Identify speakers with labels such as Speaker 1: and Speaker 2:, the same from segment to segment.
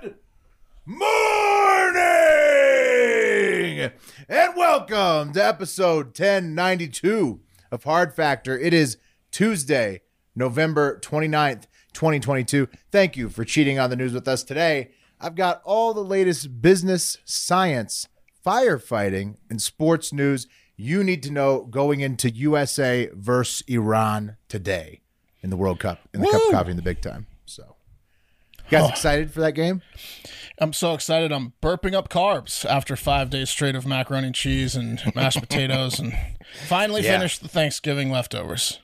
Speaker 1: Good morning and welcome to episode 1092 of Hard Factor. It is Tuesday, November 29th, 2022. Thank you for cheating on the news with us today. I've got all the latest business, science, firefighting, and sports news you need to know going into USA versus Iran today in the World Cup, in the Cup of Coffee in the big time. So, you guys excited for that game?
Speaker 2: I'm so excited. I'm burping up carbs after five days straight of macaroni and cheese and mashed potatoes and finally finished the Thanksgiving leftovers.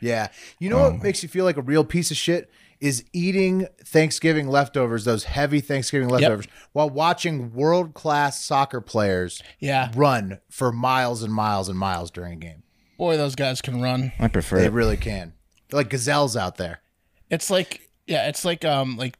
Speaker 1: Yeah. You know
Speaker 3: Um,
Speaker 1: what makes you feel like a real piece of shit is eating Thanksgiving leftovers, those heavy Thanksgiving leftovers, while watching world class soccer players
Speaker 2: Yeah.
Speaker 1: run for miles and miles and miles during a game.
Speaker 2: Boy, those guys can run.
Speaker 3: I prefer
Speaker 1: They
Speaker 3: it.
Speaker 1: really can. They're like gazelles out there.
Speaker 2: It's like yeah, it's like um like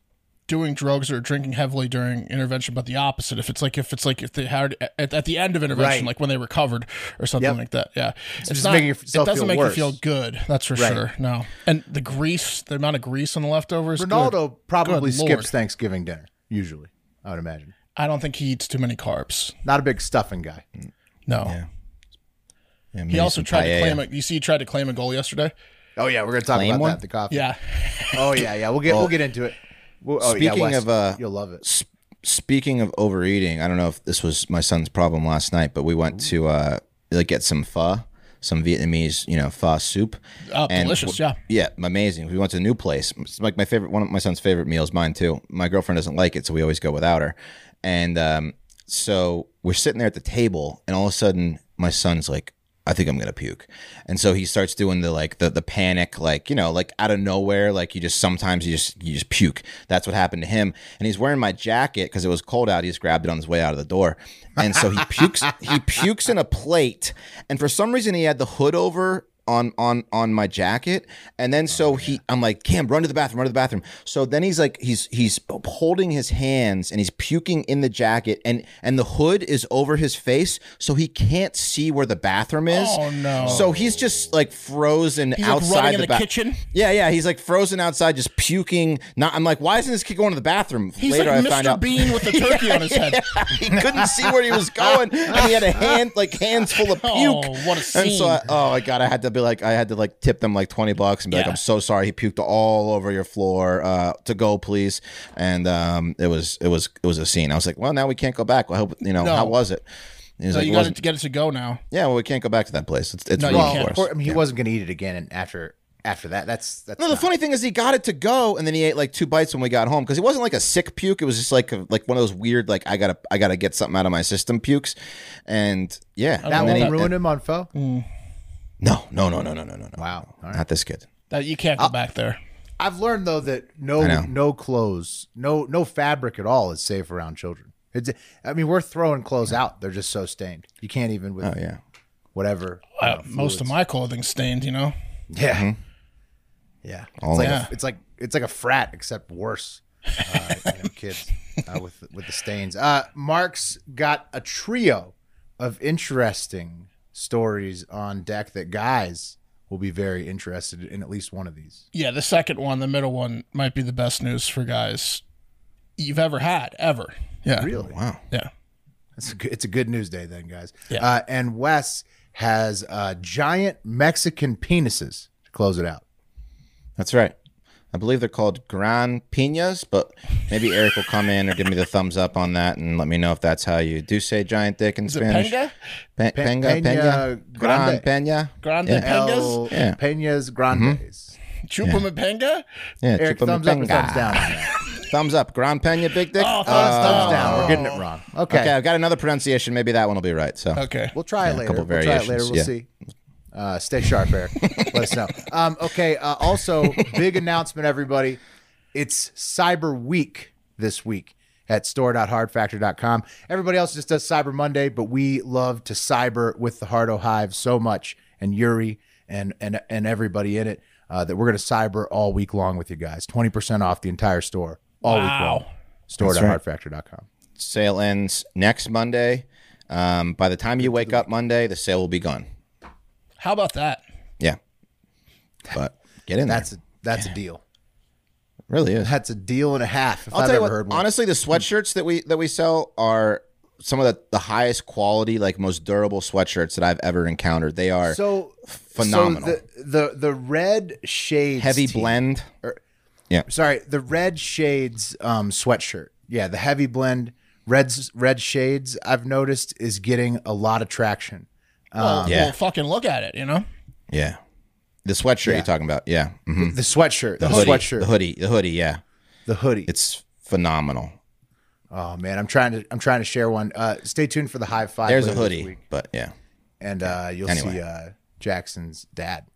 Speaker 2: doing drugs or drinking heavily during intervention, but the opposite. If it's like if it's like if they had at, at the end of intervention,
Speaker 1: Right.
Speaker 2: like when they recovered or something
Speaker 1: Yep.
Speaker 2: like that. Yeah, it's,
Speaker 1: just
Speaker 2: not.
Speaker 1: making
Speaker 2: it
Speaker 1: yourself
Speaker 2: doesn't
Speaker 1: feel
Speaker 2: make
Speaker 1: worse.
Speaker 2: you feel good. That's for
Speaker 1: Right.
Speaker 2: sure. No, and the grease, the amount of grease on the leftovers. good.
Speaker 1: Ronaldo probably
Speaker 2: Good
Speaker 1: skips
Speaker 2: Lord.
Speaker 1: Thanksgiving dinner, usually, I would imagine.
Speaker 2: I don't think he eats too many carbs.
Speaker 1: Not a big stuffing guy.
Speaker 2: No.
Speaker 3: Yeah,
Speaker 2: He
Speaker 3: maybe
Speaker 2: also
Speaker 3: some
Speaker 2: tried
Speaker 3: paella.
Speaker 2: to claim a. You see, he tried to claim a goal yesterday.
Speaker 1: Oh yeah, we're gonna talk
Speaker 3: Plain
Speaker 1: about
Speaker 3: one?
Speaker 1: that. at The coffee.
Speaker 2: Yeah,
Speaker 1: Oh yeah, yeah. We'll get we'll get into it. We'll, oh, yeah,
Speaker 3: speaking
Speaker 1: Wes,
Speaker 3: of, uh,
Speaker 1: you'll love it.
Speaker 3: S- speaking of overeating, I don't know if this was my son's problem last night, but we went to uh, like get some pho, some Vietnamese, you know, pho soup.
Speaker 2: Oh,
Speaker 3: And
Speaker 2: delicious,
Speaker 3: w-
Speaker 2: yeah.
Speaker 3: Yeah, amazing. We went to a new place. It's like my favorite, one of my son's favorite meals, mine too. My girlfriend doesn't like it, so we always go without her. And um, so we're sitting there at the table, and all of a sudden, my son's like, I think I'm gonna puke, and so he starts doing the like the the panic, like you know, like out of nowhere, like you just sometimes you just you just puke. That's what happened to him, and he's wearing my jacket because it was cold out. He just grabbed it on his way out of the door, and so he pukes. he pukes in a plate, and for some reason he had the hood over on on on my jacket and then
Speaker 2: Oh,
Speaker 3: so he i'm like cam run to the bathroom run to the bathroom so then he's like he's he's holding his hands and he's puking in the jacket and and the hood is over his face so he can't see where the bathroom is
Speaker 2: Oh, no.
Speaker 3: so he's just like frozen
Speaker 2: He's, like,
Speaker 3: outside
Speaker 2: running in
Speaker 3: the,
Speaker 2: the kitchen?
Speaker 3: yeah yeah he's like frozen outside just puking not i'm like why isn't this kid going to the bathroom
Speaker 2: he's
Speaker 3: later
Speaker 2: like
Speaker 3: i found
Speaker 2: Mr.
Speaker 3: out
Speaker 2: Bean with the turkey on his head.
Speaker 3: he couldn't see where he was going, and he had a hand like hands full of puke.
Speaker 2: Oh, what a
Speaker 3: And
Speaker 2: scene.
Speaker 3: so, I, oh my god, I had to be like, I had to like tip them like twenty bucks and be like,
Speaker 2: Yeah.
Speaker 3: I'm so sorry, he puked all over your floor. Uh, to go, please. And um, it was it was it was a scene. I was like, well, now we can't go back. Well, I hope you know
Speaker 2: No.
Speaker 3: how was it. And He was
Speaker 2: So
Speaker 3: like,
Speaker 2: you
Speaker 3: "It
Speaker 2: got
Speaker 3: wasn't-
Speaker 2: to get it to go now.
Speaker 3: yeah, well, we can't go back to that place. It's it's
Speaker 2: No, you
Speaker 3: ruined
Speaker 2: can't.
Speaker 3: for
Speaker 1: Well,
Speaker 3: us.
Speaker 1: of course, I mean, he wasn't gonna eat it again, and after after that, that's that's
Speaker 3: No, the
Speaker 1: not-
Speaker 3: funny thing is he got it to go, and then he ate like two bites when we got home because it wasn't like a sick puke. It was just like a, like one of those weird like I gotta I gotta get something out of my system pukes, and yeah,
Speaker 1: that
Speaker 3: and then
Speaker 1: won't
Speaker 3: he-
Speaker 1: ruin him on foe.
Speaker 3: No, no, no, no, no, no, no, no.
Speaker 1: Wow. All right.
Speaker 3: Not this kid.
Speaker 2: That you
Speaker 3: Ah.
Speaker 2: can't go back there.
Speaker 1: I've learned though that
Speaker 3: I
Speaker 1: no
Speaker 3: know.
Speaker 1: no clothes, no no fabric at all is safe around children. It's, I mean, we're throwing clothes out; they're just so stained. You can't even with
Speaker 3: Oh yeah.
Speaker 1: whatever. you
Speaker 2: Uh,
Speaker 3: Ah,
Speaker 1: know,
Speaker 2: most of my clothing's stained. You know.
Speaker 1: Yeah. Yeah.
Speaker 3: All
Speaker 1: it's, like a,
Speaker 2: of
Speaker 1: it's like it's like a frat except worse. Uh, you know, kids uh, with with the stains. Uh, Mark's got a trio of interesting stories on deck that guys will be very interested in at least one of these.
Speaker 2: Yeah, the second one, the middle one, might be the best news for guys you've ever had ever. Yeah.
Speaker 1: Really?
Speaker 3: Wow.
Speaker 2: Yeah.
Speaker 1: It's a good, it's a good news day then, guys.
Speaker 2: Yeah.
Speaker 1: Uh, and Wes has uh, giant Mexican penises to close it out.
Speaker 3: That's right. I believe they're called gran piñas, but maybe Eric will come in or give me the thumbs up on that and let me know if that's how you do say giant dick in
Speaker 2: Is it
Speaker 3: Spanish.
Speaker 2: Penga?
Speaker 3: Pe-
Speaker 1: Pe-
Speaker 3: Penga,
Speaker 1: peña
Speaker 3: Penga, Gran
Speaker 1: grande.
Speaker 3: Penga.
Speaker 2: Grande
Speaker 3: Yeah. Oh,
Speaker 2: Pengas?
Speaker 1: El
Speaker 3: Yeah. Mm-hmm.
Speaker 1: Peñas Grandes.
Speaker 2: Chupa Penga?
Speaker 3: Yeah,
Speaker 1: Eric,
Speaker 3: chupa mi
Speaker 1: thumbs up or
Speaker 3: penga.
Speaker 1: thumbs down. on that.
Speaker 3: Thumbs up. Grand Pena, big dick. Uh,
Speaker 2: Oh, thumbs
Speaker 1: Thumbs
Speaker 2: down.
Speaker 1: down. We're getting it wrong. Okay.
Speaker 3: okay. I've got another pronunciation. Maybe that one will be right. So
Speaker 2: Okay.
Speaker 1: We'll try it
Speaker 3: a
Speaker 1: later.
Speaker 3: couple
Speaker 1: we'll try it later.
Speaker 3: variations,
Speaker 1: We'll
Speaker 3: yeah.
Speaker 1: see. Uh, stay sharp, Eric. Let us know. Um, okay. Uh, also, big announcement, everybody. It's Cyber Week this week at store.hardfactor.com. Everybody else just does Cyber Monday, but we love to cyber with the Hardo Hive so much and Yuri and and and everybody in it uh, that we're going to cyber all week long with you guys. Twenty percent off the entire store all week long. Store.hardfactor.com.
Speaker 3: sale ends next Monday. Um, by the time you wake up Monday, the sale will be gone.
Speaker 2: How about that?
Speaker 3: Yeah. But get in there.
Speaker 1: That's a, that's a deal.
Speaker 3: really is.
Speaker 1: That's a deal and a half. If
Speaker 3: I'll
Speaker 1: have
Speaker 3: tell
Speaker 1: ever
Speaker 3: you what,
Speaker 1: heard one.
Speaker 3: honestly, the sweatshirts that we that we sell are some of the, the highest quality, like most durable sweatshirts that I've ever encountered. They are
Speaker 1: so
Speaker 3: phenomenal.
Speaker 1: So the, the the red shades
Speaker 3: heavy
Speaker 1: tee-
Speaker 3: blend.
Speaker 1: Sorry, the red shades um, sweatshirt. Yeah, the heavy blend reds red shades. I've noticed is getting a lot of traction.
Speaker 2: Well,
Speaker 3: Uh, yeah.
Speaker 2: well, fucking look at it, you know?
Speaker 3: Yeah. The sweatshirt you're talking about. Yeah. hmm
Speaker 1: The sweatshirt, the,
Speaker 3: The hoodie,
Speaker 1: sweatshirt,
Speaker 3: The hoodie. The hoodie. Yeah.
Speaker 1: the hoodie.
Speaker 3: It's phenomenal.
Speaker 1: oh man, I'm trying to I'm trying to share one. Uh, stay tuned for the high five.
Speaker 3: There's a
Speaker 1: later this
Speaker 3: hoodie.
Speaker 1: week.
Speaker 3: But yeah.
Speaker 1: and uh, you'll
Speaker 3: Anyway.
Speaker 1: see uh, Jackson's dad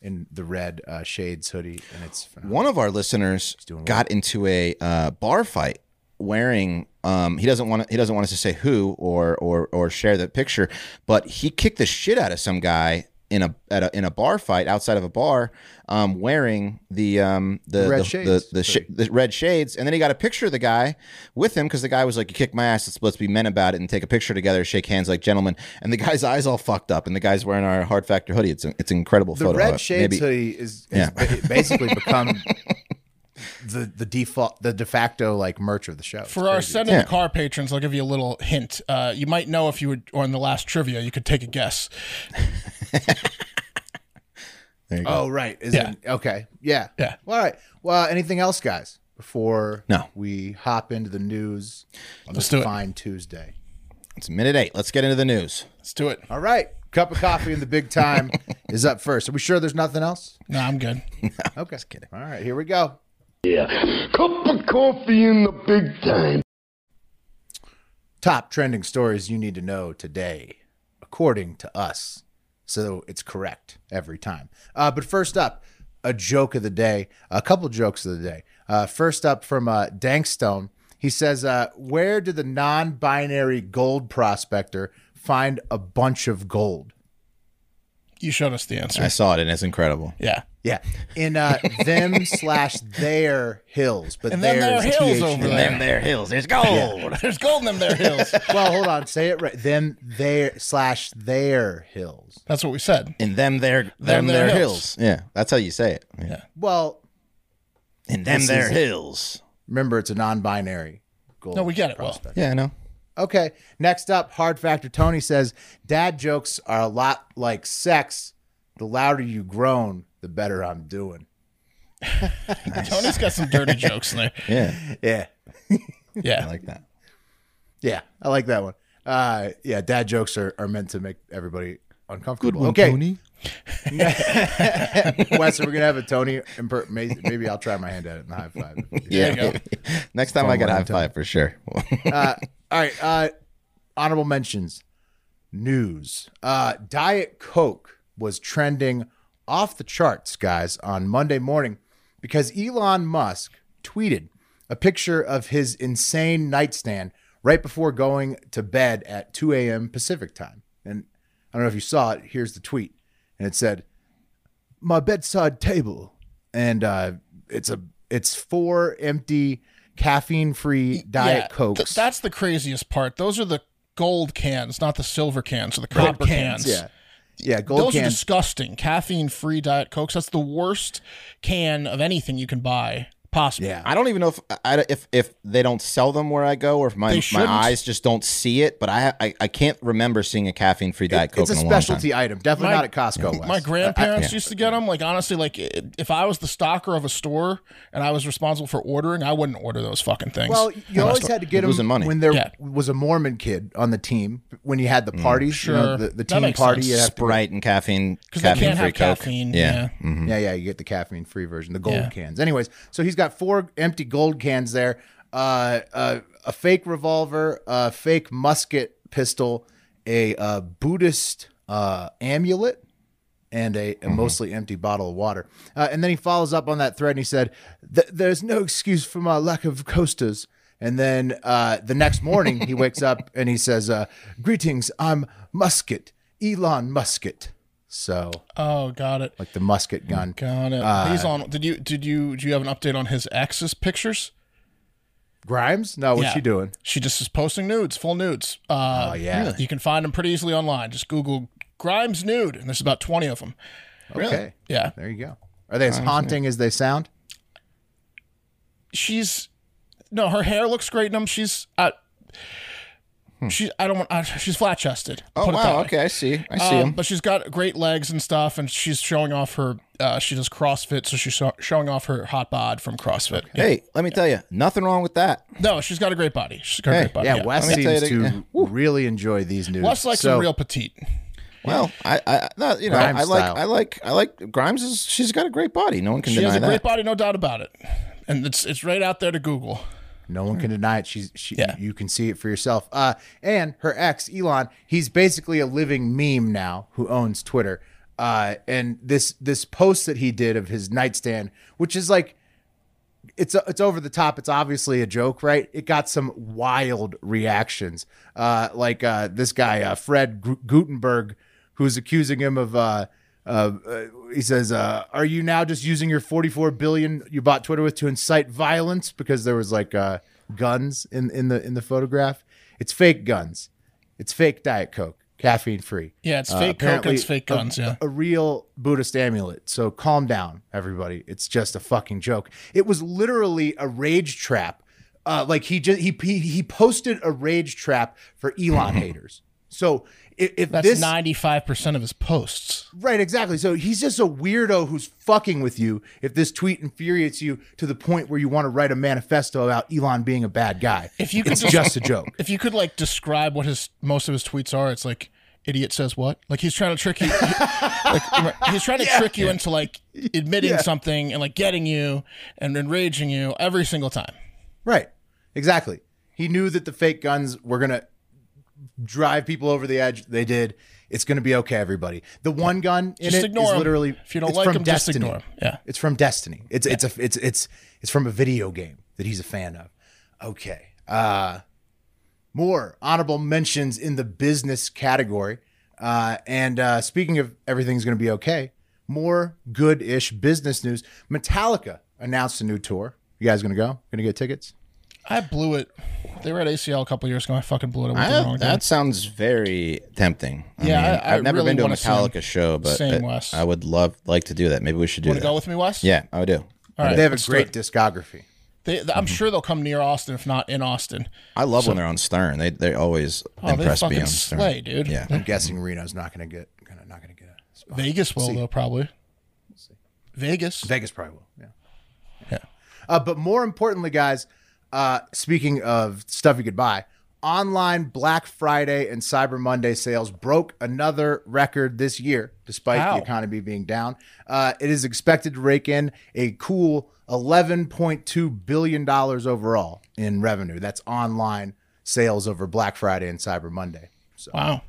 Speaker 1: in the red uh, shades hoodie, and it's phenomenal.
Speaker 3: One of our listeners
Speaker 1: doing well.
Speaker 3: got into a uh, bar fight wearing. Um, he doesn't want he doesn't want us to say who or or or share that picture, but he kicked the shit out of some guy in a at a in a bar fight outside of a bar, um, wearing the um the
Speaker 1: Red
Speaker 3: the,
Speaker 1: shades.
Speaker 3: the, the, sh- the red shades, and then he got a picture of the guy with him because the guy was like, "You kicked my ass. Let's let's be men about it and take a picture together, shake hands like gentlemen." And the guy's eyes all fucked up, and the guy's wearing our hard factor hoodie. It's an, it's an incredible
Speaker 1: the
Speaker 3: photo.
Speaker 1: red
Speaker 3: but
Speaker 1: shades
Speaker 3: maybe-
Speaker 1: hoodie is, is ba- basically become the the default the de facto like merch of the show. It's
Speaker 2: For our
Speaker 1: crazy.
Speaker 2: send in
Speaker 3: Yeah.
Speaker 2: the car patrons, I'll give you a little hint. Uh, you might know if you would, or in the last trivia, you could take a guess.
Speaker 3: There you go.
Speaker 1: oh right, is
Speaker 2: Yeah.
Speaker 1: it okay? Yeah,
Speaker 2: Yeah.
Speaker 1: Well, all right. Well, anything else, guys? Before
Speaker 3: No.
Speaker 1: we hop into the news on
Speaker 2: Let's
Speaker 1: this
Speaker 2: do it.
Speaker 1: fine Tuesday.
Speaker 3: It's minute eight. Let's get into the news.
Speaker 2: Let's do it.
Speaker 1: All right, cup of coffee in the big time is up first. Are we sure there's nothing else?
Speaker 2: No, I'm good.
Speaker 1: Okay, kidding. All right, here we go.
Speaker 4: Yeah. Cup of coffee in the big time.
Speaker 1: top trending stories you need to know today, according to us. So it's correct every time. Uh, but first up, a joke of the day, a couple jokes of the day. Uh, first up from uh, Dankstone, he says, uh, Where did the non binary gold prospector find a bunch of gold?
Speaker 2: You showed us the answer.
Speaker 3: I saw it and it's incredible.
Speaker 2: Yeah.
Speaker 1: Yeah, in uh, them slash their hills, but
Speaker 2: And then
Speaker 1: there's
Speaker 2: there are hills
Speaker 1: TH.
Speaker 2: over there.
Speaker 3: there hills, there's gold.
Speaker 2: There's gold in them there hills.
Speaker 1: Well, hold on, say it right. Them their slash their hills.
Speaker 2: That's what we said.
Speaker 3: In them there, them, there, hills. Yeah, that's how you say it. Yeah.
Speaker 1: Well,
Speaker 3: In them there hills.
Speaker 1: Remember, it's a non-binary goal.
Speaker 2: No, we get it, Will.
Speaker 3: Yeah, I know.
Speaker 1: Okay. Next up, Hard Factor Tony says, "Dad jokes are a lot like sex. The louder you groan, the better I'm doing."
Speaker 2: Tony's got some dirty jokes in there.
Speaker 3: Yeah,
Speaker 1: Yeah,
Speaker 3: I
Speaker 2: Yeah.
Speaker 3: like that.
Speaker 1: yeah, I like that one. Uh, yeah, dad jokes are, are meant to make everybody uncomfortable.
Speaker 3: one,
Speaker 1: okay,
Speaker 3: Tony.
Speaker 1: Wes, we're gonna have a Tony. Imper- may- maybe I'll try my hand at it in the high five.
Speaker 3: Yeah.
Speaker 2: There you go.
Speaker 3: Next time I get a high
Speaker 1: line, Tony.
Speaker 3: five for sure.
Speaker 1: All right. Uh, honorable mentions. News. Uh, Diet Coke was trending off the charts, guys, on Monday morning because Elon Musk tweeted a picture of his insane nightstand right before going to bed at 2 a.m. Pacific time. And I don't know if you saw it. Here's the tweet. And it said, my bedside table and uh it's a it's four empty caffeine free diet
Speaker 2: Yeah,
Speaker 1: cokes
Speaker 2: th- that's the craziest part. Those are the gold cans, not the silver cans or the copper cans.
Speaker 1: yeah yeah gold
Speaker 2: Those are
Speaker 1: cans
Speaker 2: disgusting. Caffeine free Diet Cokes. That's the worst can of anything you can buy, possibly.
Speaker 1: yeah
Speaker 3: I don't even know if I, if if they don't sell them where I go or if my, my
Speaker 2: shouldn't.
Speaker 3: eyes just don't see it. But I I, I can't remember seeing a caffeine free diet coke
Speaker 1: it's a
Speaker 3: in a long time.
Speaker 1: specialty item definitely
Speaker 2: My-
Speaker 1: not at costco Wes.
Speaker 2: My grandparents used to get them. Like honestly, like i- if I was the stocker of a store and I was responsible for ordering, I wouldn't order those fucking things.
Speaker 1: well you always had to get
Speaker 3: losing
Speaker 1: them
Speaker 3: money.
Speaker 1: when there
Speaker 2: Yeah.
Speaker 1: was a mormon kid on the team when you had
Speaker 3: Mm.
Speaker 1: the parties you know,
Speaker 2: sure.
Speaker 1: the, the
Speaker 2: That
Speaker 1: team
Speaker 2: makes
Speaker 1: party
Speaker 2: sense.
Speaker 1: you have to-
Speaker 3: Sprite and caffeine.
Speaker 2: because they can't
Speaker 3: free
Speaker 2: have
Speaker 3: coke.
Speaker 2: caffeine.
Speaker 3: Yeah.
Speaker 2: yeah.
Speaker 1: yeah yeah you get the caffeine free version the gold
Speaker 2: Yeah.
Speaker 1: cans anyways so he's got got four empty gold cans there, uh, uh, a fake revolver, a fake musket pistol, a uh, Buddhist uh, amulet, and a, a mostly empty bottle of water. Uh, and then he follows up on that thread and he said, "Th- There's no excuse for my lack of coasters. And then uh, the next morning he wakes up and he says, uh, Greetings, I'm Musket, Elon Musket. So,
Speaker 2: Oh, got it.
Speaker 1: like the musket gun.
Speaker 2: Got it.
Speaker 3: Uh,
Speaker 2: He's on. Did you did you do you have an update on his ex's pictures?
Speaker 1: Grimes? No, what's
Speaker 2: Yeah.
Speaker 1: she doing?
Speaker 2: She just is posting nudes, full nudes. Uh,
Speaker 1: Oh, yeah. Really?
Speaker 2: You can find them pretty easily online. Just Google Grimes nude, and there's about twenty of them.
Speaker 1: Okay.
Speaker 2: Yeah,
Speaker 1: There you go. Are they as haunting as they sound?
Speaker 2: she's no, her hair looks great in them. She's uh, she. I don't want. Uh, she's flat chested.
Speaker 3: Hmm. Oh wow. Okay, I see. I see
Speaker 2: Um,
Speaker 3: him.
Speaker 2: but she's got great legs and stuff, and she's showing off her. Uh, she does CrossFit, so she's so- showing off her hot bod from CrossFit. Yeah.
Speaker 3: Hey, let me tell you, nothing wrong with that.
Speaker 2: No, she's got a great body. She's got a
Speaker 3: Hey,
Speaker 2: great body.
Speaker 1: Yeah, Wes
Speaker 3: Let me tell
Speaker 1: seems
Speaker 3: you
Speaker 1: to
Speaker 3: that-
Speaker 1: really enjoy these news.
Speaker 2: Wes likes
Speaker 1: so,
Speaker 2: a real petite.
Speaker 3: Well, I, I, no, you know,
Speaker 1: Grimes
Speaker 3: I like,
Speaker 1: style.
Speaker 3: I like, I like Grimes. Is she's got a great body. No one can
Speaker 2: She
Speaker 3: deny
Speaker 2: has a
Speaker 3: that.
Speaker 2: great body, no doubt about it. And it's it's right out there to Google.
Speaker 1: No one can deny it. She's she,
Speaker 2: Yeah.
Speaker 1: you can see it for yourself. Uh, and her ex Elon, he's basically a living meme now who owns Twitter. Uh, and this this post that he did of his nightstand, which is like it's uh, it's over the top. It's obviously a joke, right? It got some wild reactions. Uh, like uh, this guy uh, Fred Gu- Gutenberg, who's accusing him of. Uh, uh, uh, he says, uh, "Are you now just using your 44 billion you bought Twitter with to incite violence? Because there was like uh, guns in in the in the photograph. It's fake guns. It's fake Diet Coke, caffeine free.
Speaker 2: Yeah, it's fake coke and
Speaker 1: apparently
Speaker 2: it's fake
Speaker 1: a-
Speaker 2: guns. yeah.
Speaker 1: a real Buddhist amulet. So calm down, everybody. It's just a fucking joke. It was literally a rage trap. Uh, like he just he, he he posted a rage trap for Elon haters. So if, if
Speaker 2: That's
Speaker 1: this
Speaker 2: ninety five percent of his posts.
Speaker 1: right exactly, so he's just a weirdo who's fucking with you. If this tweet infuriates you to the point where you want to write a manifesto about Elon being a bad guy,
Speaker 2: If you could
Speaker 1: it's
Speaker 2: just-
Speaker 1: just a joke.
Speaker 2: If you could like describe what his most of his tweets are, it's like idiot says what? Like he's trying to trick you. like, he's trying to trick you into like admitting something and like getting you and enraging you every single time.
Speaker 1: Right. Exactly. He knew that the fake guns were going to drive people over the edge. They did. It's going to be okay, everybody. The one gun in
Speaker 2: Just
Speaker 1: it
Speaker 2: ignore
Speaker 1: is
Speaker 2: 'em.
Speaker 1: literally
Speaker 2: If you don't
Speaker 1: it's
Speaker 2: like
Speaker 1: from
Speaker 2: 'em, just
Speaker 1: Destiny.
Speaker 2: ignore 'em. Yeah.
Speaker 1: It's from Destiny. It's it's a it's it's it's from a video game that he's a fan of. Okay. Uh more honorable mentions in the business category. Uh, and uh, speaking of everything's going to be okay, more good ish business news. Metallica announced a new tour. You guys going to go? Going to get tickets?
Speaker 2: I blew it. They were at ACL a couple years ago. I fucking blew it. I went to the
Speaker 3: I,
Speaker 2: wrong
Speaker 3: that sounds very tempting. I
Speaker 2: Yeah,
Speaker 3: mean,
Speaker 2: I- I
Speaker 3: have never
Speaker 2: really
Speaker 3: been to a
Speaker 2: wanna see 'em.
Speaker 3: Metallica show, but
Speaker 2: Same,
Speaker 3: it-
Speaker 2: Wes.
Speaker 3: I would love like to do that. Maybe we should do
Speaker 2: Want to
Speaker 3: that.
Speaker 2: go with me, Wes?
Speaker 3: yeah, I would do.
Speaker 2: All right.
Speaker 1: They have a
Speaker 2: let's do
Speaker 1: great
Speaker 2: it.
Speaker 1: discography.
Speaker 2: They, I'm
Speaker 1: Mm-hmm.
Speaker 2: sure they'll come near Austin, if not in Austin.
Speaker 3: I love when they're on Stern. They they always
Speaker 2: Oh,
Speaker 3: impress
Speaker 2: they
Speaker 3: me
Speaker 2: fucking
Speaker 3: on Stern.
Speaker 2: slay, dude.
Speaker 3: Yeah.
Speaker 1: I'm guessing Reno's not going to get gonna, not going to get it.
Speaker 2: Vegas will though probably. Vegas.
Speaker 1: Vegas probably will. Yeah.
Speaker 2: Yeah.
Speaker 1: Uh, but more importantly, guys, uh, speaking of stuff you could buy, online Black Friday and Cyber Monday sales broke another record this year, despite
Speaker 2: How?
Speaker 1: the economy being down. Uh, it is expected to rake in a cool $11.2 billion overall in revenue. That's online sales over Black Friday and Cyber Monday. So.
Speaker 2: Wow.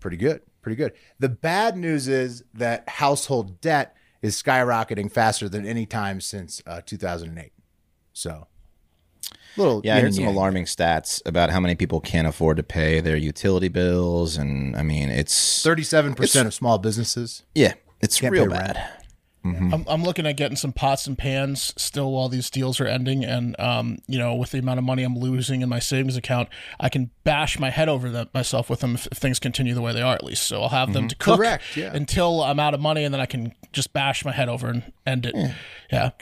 Speaker 1: pretty good pretty good the bad news is that household debt is skyrocketing faster than any time since uh, 2008 so little
Speaker 3: Yeah, I
Speaker 1: yin
Speaker 3: heard some
Speaker 1: yang.
Speaker 3: alarming stats about how many people can't afford to pay their utility bills, and I mean, it's
Speaker 1: 37% of small businesses
Speaker 3: yeah, it's
Speaker 1: Can't
Speaker 3: real
Speaker 1: pay
Speaker 3: bad.
Speaker 1: rent.
Speaker 2: I'm, I'm looking at getting some pots and pans still while these deals are ending, and um, you know, with the amount of money I'm losing in my savings account, I can bash my head over them myself with them if, if things continue the way they are. At least, so I'll have
Speaker 3: Mm-hmm.
Speaker 2: them to cook
Speaker 1: Correct, yeah.
Speaker 2: until I'm out of money, and then I can just bash my head over and end it. Yeah.